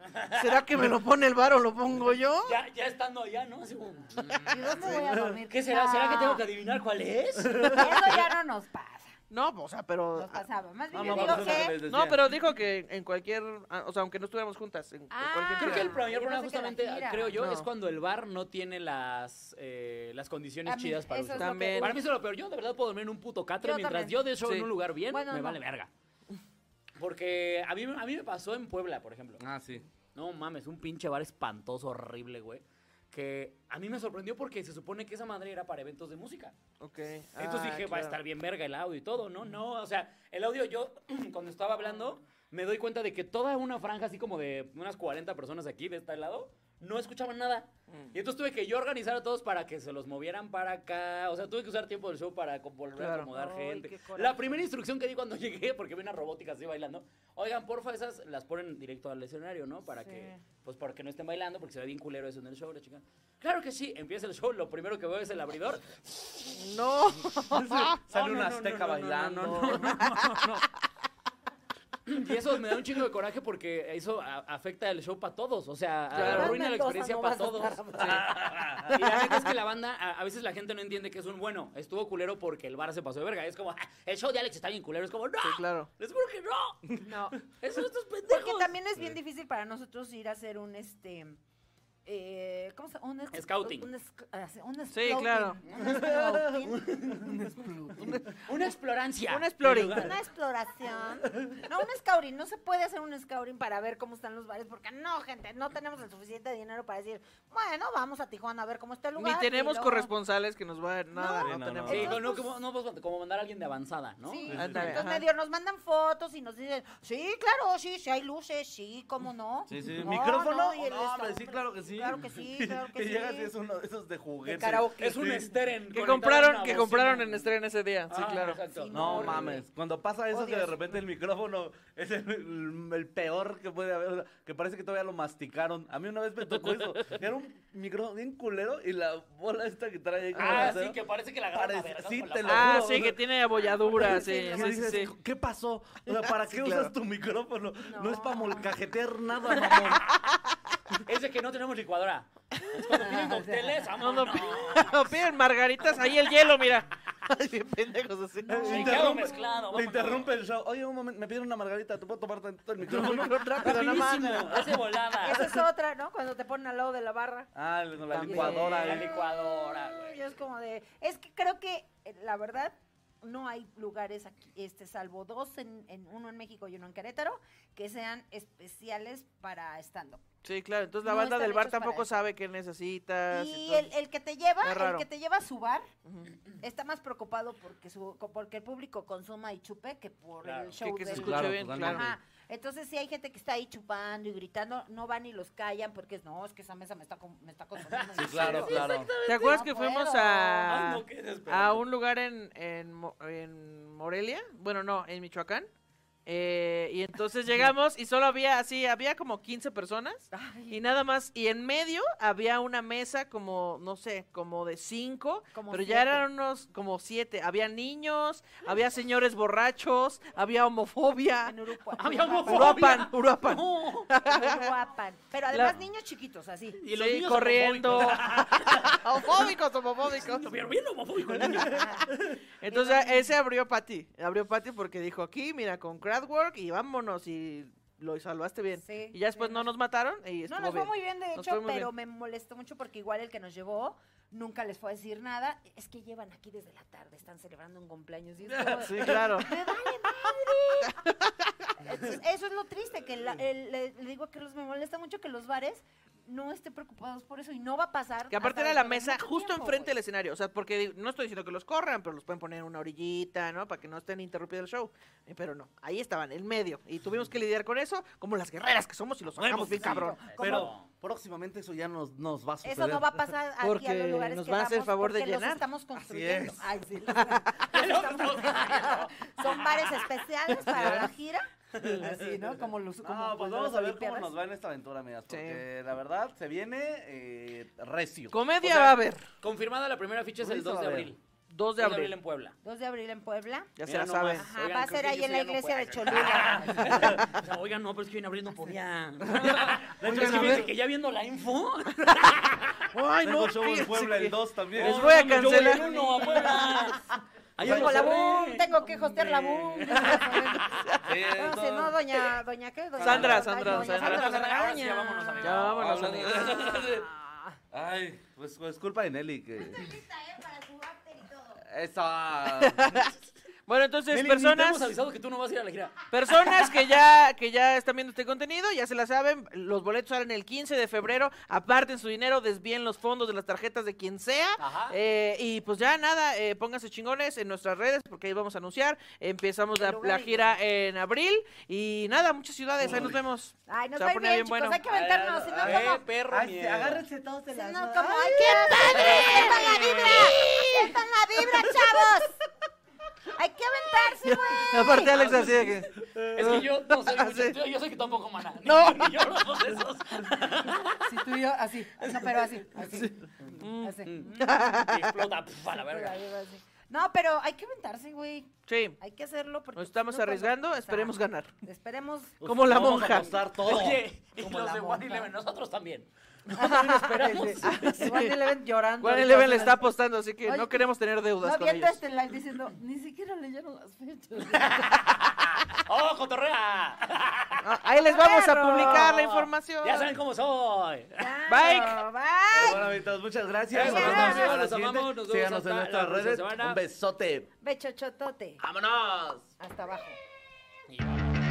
Speaker 4: ¿Será que me lo pone el bar o lo pongo yo?
Speaker 6: Ya, ya estando allá, ¿no? Así como,
Speaker 2: ¿Y dónde voy a dormir?
Speaker 6: ¿Qué será? ¿Será que
Speaker 2: No,
Speaker 6: tengo que adivinar cuál es?
Speaker 2: Eso ya no nos pasa,
Speaker 4: No, o sea, pero...
Speaker 2: nos pasaba. Más
Speaker 3: No,
Speaker 2: bien
Speaker 3: Ah, no, pero
Speaker 2: yo
Speaker 3: eso
Speaker 2: digo
Speaker 3: es lo que
Speaker 2: que...
Speaker 3: les decía.
Speaker 4: No, pero dijo que en cualquier, ah, o sea, aunque no estuviéramos juntas, en, en
Speaker 2: Ah.
Speaker 4: cualquier
Speaker 1: Creo que el
Speaker 4: ciudad.
Speaker 1: mayor
Speaker 2: Yo
Speaker 1: problema
Speaker 2: pensé que la
Speaker 1: justamente,
Speaker 2: gira.
Speaker 1: creo yo,
Speaker 4: No.
Speaker 1: es cuando el bar no tiene las, eh, las condiciones
Speaker 2: a mí
Speaker 1: chidas para
Speaker 2: Ah, eso es
Speaker 1: usted.
Speaker 2: lo que-
Speaker 4: También.
Speaker 1: Para mí eso es lo peor. Yo de verdad puedo dormir en un puto catre
Speaker 2: Yo
Speaker 1: mientras
Speaker 2: también.
Speaker 1: yo de eso
Speaker 4: Sí.
Speaker 1: en un lugar bien,
Speaker 2: Bueno,
Speaker 1: me
Speaker 2: no.
Speaker 1: vale verga. Porque a mí, a mí me pasó en Puebla, por ejemplo.
Speaker 3: Ah, sí.
Speaker 1: No mames, un pinche bar espantoso, horrible, güey. Que a mí me sorprendió porque se supone que esa madre era para eventos de música.
Speaker 4: Ok.
Speaker 1: Entonces
Speaker 4: Ah,
Speaker 1: dije, va a
Speaker 4: claro.
Speaker 1: estar bien verga el audio y todo, ¿no? No, o sea, el audio yo, cuando estaba hablando, me doy cuenta de que toda una franja así como de unas 40 personas aquí de este lado, no escuchaban nada. Y entonces tuve que yo organizar a todos para que se los movieran para acá. O sea, tuve que usar tiempo del show para co- volver a
Speaker 4: Claro.
Speaker 1: acomodar
Speaker 2: Ay,
Speaker 1: gente.
Speaker 2: qué coraje.
Speaker 1: La primera instrucción que di cuando llegué, porque vi una robótica así bailando, oigan, porfa, esas las ponen directo al escenario, ¿no? Para que, pues, para que no estén bailando, porque se ve bien culero eso en el show, la chica. Claro que sí, empieza el show, lo primero que veo es el abridor.
Speaker 4: No.
Speaker 3: Sale
Speaker 1: No, no,
Speaker 3: una
Speaker 1: no,
Speaker 3: azteca
Speaker 1: no, no, no,
Speaker 3: bailando.
Speaker 1: no, no, no, no. Y eso me da un chingo de coraje porque eso a- afecta el show para todos. O sea,
Speaker 4: Claro.
Speaker 1: arruina la
Speaker 2: Mendoza,
Speaker 1: experiencia
Speaker 2: no
Speaker 1: para
Speaker 2: vas a
Speaker 1: todos.
Speaker 2: estar-
Speaker 1: Sí. Y la neta es que la banda, a, a veces la gente no entiende que es un bueno. Estuvo culero porque el bar se pasó de verga. Es como, "Ah, el show de Alex está bien culero. Es como, no,
Speaker 4: Sí, claro.
Speaker 1: les juro que no.
Speaker 2: No,
Speaker 1: Eso estos pendejos.
Speaker 2: porque también es bien difícil para nosotros ir a hacer un, este... Eh, ¿Cómo se llama? Un ex-
Speaker 1: Scouting.
Speaker 2: Un, esc- hacer un
Speaker 4: Sí, claro.
Speaker 2: scouting, Un scouting.
Speaker 1: Una explorancia.
Speaker 4: Un
Speaker 1: del
Speaker 4: exploring.
Speaker 1: lugar.
Speaker 2: Una exploración. No, un scouring. No se puede hacer un scouring para ver cómo están los bares, porque no, gente, no tenemos el suficiente dinero para decir, bueno, vamos a Tijuana a ver cómo está el lugar.
Speaker 4: Ni
Speaker 2: y
Speaker 4: tenemos
Speaker 2: luego-
Speaker 4: corresponsales que nos vayan.
Speaker 3: No.
Speaker 4: Nada, no,
Speaker 3: Sí, no,
Speaker 4: tenemos.
Speaker 1: Sí,
Speaker 2: no.
Speaker 1: no, como, no, pues, como mandar a alguien de avanzada, ¿no?
Speaker 2: Sí,
Speaker 4: Ah, está bien,
Speaker 2: entonces
Speaker 4: ajá.
Speaker 2: medio nos mandan fotos y nos dicen, sí, claro, sí, sí hay luces, sí, cómo no.
Speaker 3: Sí, sí.
Speaker 2: No,
Speaker 3: ¿Micrófono?
Speaker 2: no, y el
Speaker 3: No, hombre,
Speaker 2: scouting.
Speaker 3: sí, claro que sí.
Speaker 10: sí.
Speaker 2: Claro que sí, claro que
Speaker 3: Y
Speaker 2: sí.
Speaker 3: llegas y es uno de esos de
Speaker 2: De
Speaker 3: juguete.
Speaker 2: karaoke.
Speaker 1: Es un esteren.
Speaker 4: Que
Speaker 1: conectado a una
Speaker 4: compraron, que
Speaker 1: bocina.
Speaker 4: compraron en estreno ese día. Sí,
Speaker 1: Ah,
Speaker 4: claro.
Speaker 1: exacto.
Speaker 2: Sí,
Speaker 3: No
Speaker 2: horrible.
Speaker 3: mames, cuando pasa eso
Speaker 2: Oh,
Speaker 3: que de
Speaker 2: Dios.
Speaker 3: repente el micrófono es el, el peor que puede haber, o sea, que parece que todavía lo masticaron. A mí una vez me tocó eso, que era un micrófono bien culero y la bola esta que trae ahí como de
Speaker 1: Ah,
Speaker 3: acero,
Speaker 1: sí, que parece que la agarran a
Speaker 3: parece-
Speaker 1: vergas
Speaker 3: sí,
Speaker 1: con la
Speaker 3: te lo
Speaker 4: Ah,
Speaker 3: juro, o
Speaker 4: sí, que
Speaker 3: sea,
Speaker 4: tiene abolladura, sí.
Speaker 3: y
Speaker 4: sí, sí,
Speaker 3: dices,
Speaker 4: sí.
Speaker 3: ¿Qué pasó? O sea, ¿para qué usas tu micrófono? No, es para
Speaker 2: No.
Speaker 3: molcajetear nada, mamón.
Speaker 1: Es de que no tenemos licuadora. Es cuando piden cócteles,
Speaker 4: No, no,
Speaker 1: vámonos.
Speaker 4: piden margaritas, ahí el hielo, mira. Ay, qué pendejos así.
Speaker 1: Shakeado
Speaker 3: Eh, interrumpe-
Speaker 1: mezclado,
Speaker 3: Te
Speaker 1: vámonos.
Speaker 3: interrumpe el show. Oye, un momento, me piden una margarita, ¿te puedo tomar tantito el micrófono?
Speaker 4: Rápido, nada más.
Speaker 1: Rapidísimo, hace volada. Ah,
Speaker 2: Esa es otra, ¿no? Cuando te ponen al lado de la barra.
Speaker 3: Ah, con la
Speaker 4: También.
Speaker 3: licuadora.
Speaker 1: La
Speaker 3: eh.
Speaker 1: licuadora, güey.
Speaker 2: Ay, es como de. Es que creo que, eh, la verdad, no hay lugares aquí, este, salvo dos, en, en- uno en México y uno en Querétaro, que sean especiales para stand-up.
Speaker 4: Sí, claro, entonces la
Speaker 2: No
Speaker 4: banda
Speaker 2: están
Speaker 4: del bar
Speaker 2: hechos para
Speaker 4: tampoco
Speaker 2: eso.
Speaker 4: sabe qué necesitas.
Speaker 2: Y el,
Speaker 4: Ah, entonces-
Speaker 2: el que te lleva,
Speaker 4: Está
Speaker 2: el
Speaker 4: raro.
Speaker 2: que te lleva a su bar,
Speaker 4: Ujú.
Speaker 2: está más preocupado porque su co- porque el público consuma y chupe que por
Speaker 1: Claro,
Speaker 2: el show
Speaker 4: que, que se
Speaker 2: del-
Speaker 4: escuche
Speaker 3: Claro,
Speaker 4: bien,
Speaker 3: pues,
Speaker 1: Ah,
Speaker 4: claro.
Speaker 2: Ajá. Entonces, si hay gente que está ahí chupando y gritando, no van y los callan porque es, no, es que esa mesa me está, con- me está consumiendo.
Speaker 3: Sí, claro, claro.
Speaker 4: ¿Te acuerdas
Speaker 2: No
Speaker 4: que fuimos
Speaker 2: puedo.
Speaker 1: Ay,
Speaker 4: a,
Speaker 1: no, qué
Speaker 4: a
Speaker 1: desesperante.
Speaker 4: un lugar en, en, Mo- en Morelia? Bueno, no, en Michoacán. Eh, y entonces llegamos y solo había así, había como 15 personas y nada más. Y en medio había una mesa como, no sé, como de 5,
Speaker 2: Como
Speaker 4: pero
Speaker 2: siete.
Speaker 4: ya eran unos como 7. Había niños, había señores borrachos, había homofobia.
Speaker 2: En Urupa-
Speaker 1: Había
Speaker 2: Uruapan.
Speaker 4: Uruapan, Uruapan.
Speaker 1: No.
Speaker 2: En Uruapan. Pero además
Speaker 4: La-
Speaker 2: niños chiquitos, así.
Speaker 1: Y los
Speaker 4: Sí,
Speaker 1: niños
Speaker 4: corriendo.
Speaker 1: homofóbicos.
Speaker 4: homofóbicos, homofóbicos.
Speaker 1: Lo vieron bien homofóbico el niño.
Speaker 4: Entonces ese abrió Patty, abrió Patty porque dijo aquí, mira, con crowdwork y vámonos y lo salvaste bien.
Speaker 2: Sí,
Speaker 4: y ya después
Speaker 2: sí,
Speaker 4: no
Speaker 2: nos-
Speaker 4: nos mataron y
Speaker 2: No
Speaker 4: estuvo
Speaker 2: nos fue
Speaker 4: bien.
Speaker 2: muy bien, de
Speaker 4: Nos
Speaker 2: hecho,
Speaker 4: fue muy
Speaker 2: pero me molestó mucho porque igual el que nos llevó nunca les fue a decir nada. Es que llevan aquí desde la tarde, están celebrando un cumpleaños. Y es como de-
Speaker 4: Sí, claro.
Speaker 2: ¡Me vale madre! Entonces, eso es lo triste, que la- el- le, le digo que los, me molesta mucho que los bares no estén preocupados por eso y no va a pasar.
Speaker 4: Que aparte
Speaker 2: hasta
Speaker 4: era la
Speaker 2: dentro de
Speaker 4: mesa
Speaker 2: mucho
Speaker 4: justo
Speaker 2: tiempo, pues.
Speaker 4: enfrente del
Speaker 2: güey.
Speaker 4: escenario, o sea, porque digo, no estoy diciendo que los corran, pero los pueden poner en una orillita, ¿no? Para que no estén interrumpido el show. Eh, Pero no, ahí estaban, en medio. Y tuvimos que lidiar con eso, como las guerreras que somos y los sacamos bien cabrón.
Speaker 3: Pero próximamente eso ya nos, nos va a suceder.
Speaker 2: Eso no va a pasar aquí a
Speaker 4: Porque
Speaker 2: los lugares
Speaker 4: nos
Speaker 2: que
Speaker 4: van a hacer
Speaker 2: vamos
Speaker 4: favor de
Speaker 2: porque los
Speaker 4: llenar.
Speaker 2: estamos construyendo.
Speaker 3: es.
Speaker 2: Ay, sí, los- los estamos construyendo. Son bares especiales para la gira. Así, ¿no? Como los como
Speaker 3: No, pues
Speaker 2: cuando
Speaker 3: vamos
Speaker 2: las
Speaker 3: a ver cómo
Speaker 2: Olimpiadas.
Speaker 3: nos va en esta aventura, amigas.
Speaker 4: Sí.
Speaker 3: Porque la verdad se viene eh, recio.
Speaker 4: Comedia
Speaker 1: O sea,
Speaker 4: va a haber,
Speaker 1: Confirmada la primera ficha es el
Speaker 3: Listo,
Speaker 1: 2 de
Speaker 3: a ver.
Speaker 1: abril.
Speaker 4: 2 de abril.
Speaker 1: en Puebla.
Speaker 2: 2 de abril en Puebla.
Speaker 4: Ya se
Speaker 1: Mira
Speaker 4: la saben.
Speaker 1: nomás.
Speaker 2: Ajá,
Speaker 1: Oigan,
Speaker 2: va a
Speaker 1: creo
Speaker 2: ser
Speaker 1: que
Speaker 2: ahí
Speaker 1: yo
Speaker 2: en
Speaker 1: sí
Speaker 2: la
Speaker 1: ya no
Speaker 2: iglesia
Speaker 1: puedo.
Speaker 2: de Cholula.
Speaker 1: O sea, Oigan, no, pero es que hoy en abril no podía.
Speaker 3: De hecho,
Speaker 1: Es que
Speaker 3: a
Speaker 1: fíjate
Speaker 3: ver,
Speaker 1: que ya viendo la info.
Speaker 4: Ay,
Speaker 3: tengo
Speaker 4: no,
Speaker 3: show en
Speaker 4: fíjense
Speaker 3: Puebla
Speaker 4: que-
Speaker 3: el 2 también.
Speaker 4: Les
Speaker 1: no,
Speaker 4: voy a
Speaker 1: mames, yo voy
Speaker 4: cancelar.
Speaker 1: el uno a Puebla. Ahí en
Speaker 2: Tengo la
Speaker 1: Monterrey.
Speaker 2: boom, tengo que hostear la boom.
Speaker 3: Sí,
Speaker 2: No,
Speaker 3: no.
Speaker 2: si no, doña, doña qué? Doña-
Speaker 4: Sandra,
Speaker 2: doña-
Speaker 4: Sandra,
Speaker 2: doña
Speaker 4: Sandra.
Speaker 1: Sandra, ahora sí,
Speaker 2: Magaña.
Speaker 1: ya vámonos, amiga.
Speaker 4: Ya vámonos,
Speaker 3: Hablando-
Speaker 4: amigos.
Speaker 2: Ah.
Speaker 3: Ay, pues, pues culpa de Nelly que...
Speaker 11: para su after y todo.
Speaker 3: Esa...
Speaker 4: Bueno, entonces,
Speaker 1: Nelly, ni Te
Speaker 4: personas...
Speaker 1: hemos avisado que tú no vas a ir a la gira.
Speaker 4: Personas que ya, que ya están viendo este contenido, ya se la saben, los boletos salen el 15 de febrero, aparten su dinero, desvíen los fondos de las tarjetas de quien sea,
Speaker 1: Ajá.
Speaker 4: eh, y pues ya nada, eh, pónganse chingones en nuestras redes, porque ahí vamos a anunciar, empezamos la, la gira en abril, y nada, muchas ciudades, ahí nos vemos.
Speaker 2: Ay, nos
Speaker 4: Se
Speaker 2: va a ir
Speaker 4: va a poner
Speaker 2: bien,
Speaker 4: bien
Speaker 2: chicos,
Speaker 4: bueno.
Speaker 2: hay que aventarnos, si no,
Speaker 1: Eh,
Speaker 2: como...
Speaker 1: perro,
Speaker 3: Ay,
Speaker 1: miedo.
Speaker 3: agárrense todos de
Speaker 2: Si
Speaker 3: las
Speaker 2: no,
Speaker 3: manos.
Speaker 2: como... ¡Ay, ¡Qué padre! ¡Sientan la vibra! ¡Sientan la vibra, chavos! ¡Hay que aventarse, güey!
Speaker 4: Aparte Alex así de que...
Speaker 1: Es que yo no soy mucho,
Speaker 4: Sí.
Speaker 1: yo, yo sé que tampoco mana.
Speaker 4: No.
Speaker 1: Ni yo no soy de esos.
Speaker 2: Si tú y yo, así. No, pero así, así.
Speaker 4: Mm,
Speaker 2: así. Mm,
Speaker 1: Que explota puf, a la verga.
Speaker 2: Así. No, pero hay que aventarse, güey.
Speaker 4: Sí,
Speaker 2: Hay que hacerlo porque...
Speaker 4: nos
Speaker 2: si
Speaker 4: estamos
Speaker 2: no, cuando-
Speaker 4: arriesgando,
Speaker 2: Exacto.
Speaker 4: esperemos ganar.
Speaker 2: Esperemos...
Speaker 4: Como la
Speaker 3: Pues Vamos a
Speaker 4: monja.
Speaker 3: apostar todo.
Speaker 1: Oye, y
Speaker 2: Como
Speaker 1: los
Speaker 2: la
Speaker 1: de
Speaker 2: monja.
Speaker 1: One Eleven, nosotros también.
Speaker 2: Sí. Juan Eleven llorando.
Speaker 4: Juan
Speaker 2: ahorita,
Speaker 4: Eleven le
Speaker 2: ¿sabes?
Speaker 4: está apostando, así que
Speaker 2: Oye,
Speaker 4: no queremos tener deudas
Speaker 2: No,
Speaker 4: con
Speaker 2: viendo
Speaker 4: ellos.
Speaker 2: este live diciendo, ni siquiera leyeron las fechas.
Speaker 1: ¡Oh, cotorrea! ¡Oh!
Speaker 4: Ah, Ahí les vamos a
Speaker 2: Perro.
Speaker 4: publicar la información.
Speaker 1: Ya saben cómo soy.
Speaker 2: Claro, Bye.
Speaker 3: Bueno, amiguitos, muchas gracias.
Speaker 1: Gracias.
Speaker 3: Nos vemos en la
Speaker 1: Los
Speaker 3: siguiente.
Speaker 1: amamos, nos vemos
Speaker 3: Síganos
Speaker 1: hasta
Speaker 3: en
Speaker 1: la
Speaker 3: nuestras
Speaker 1: próxima
Speaker 3: redes.
Speaker 1: semana.
Speaker 3: Un besote.
Speaker 2: Bechochotote.
Speaker 3: ¡Vámonos!
Speaker 2: Hasta abajo.
Speaker 1: Y vámonos.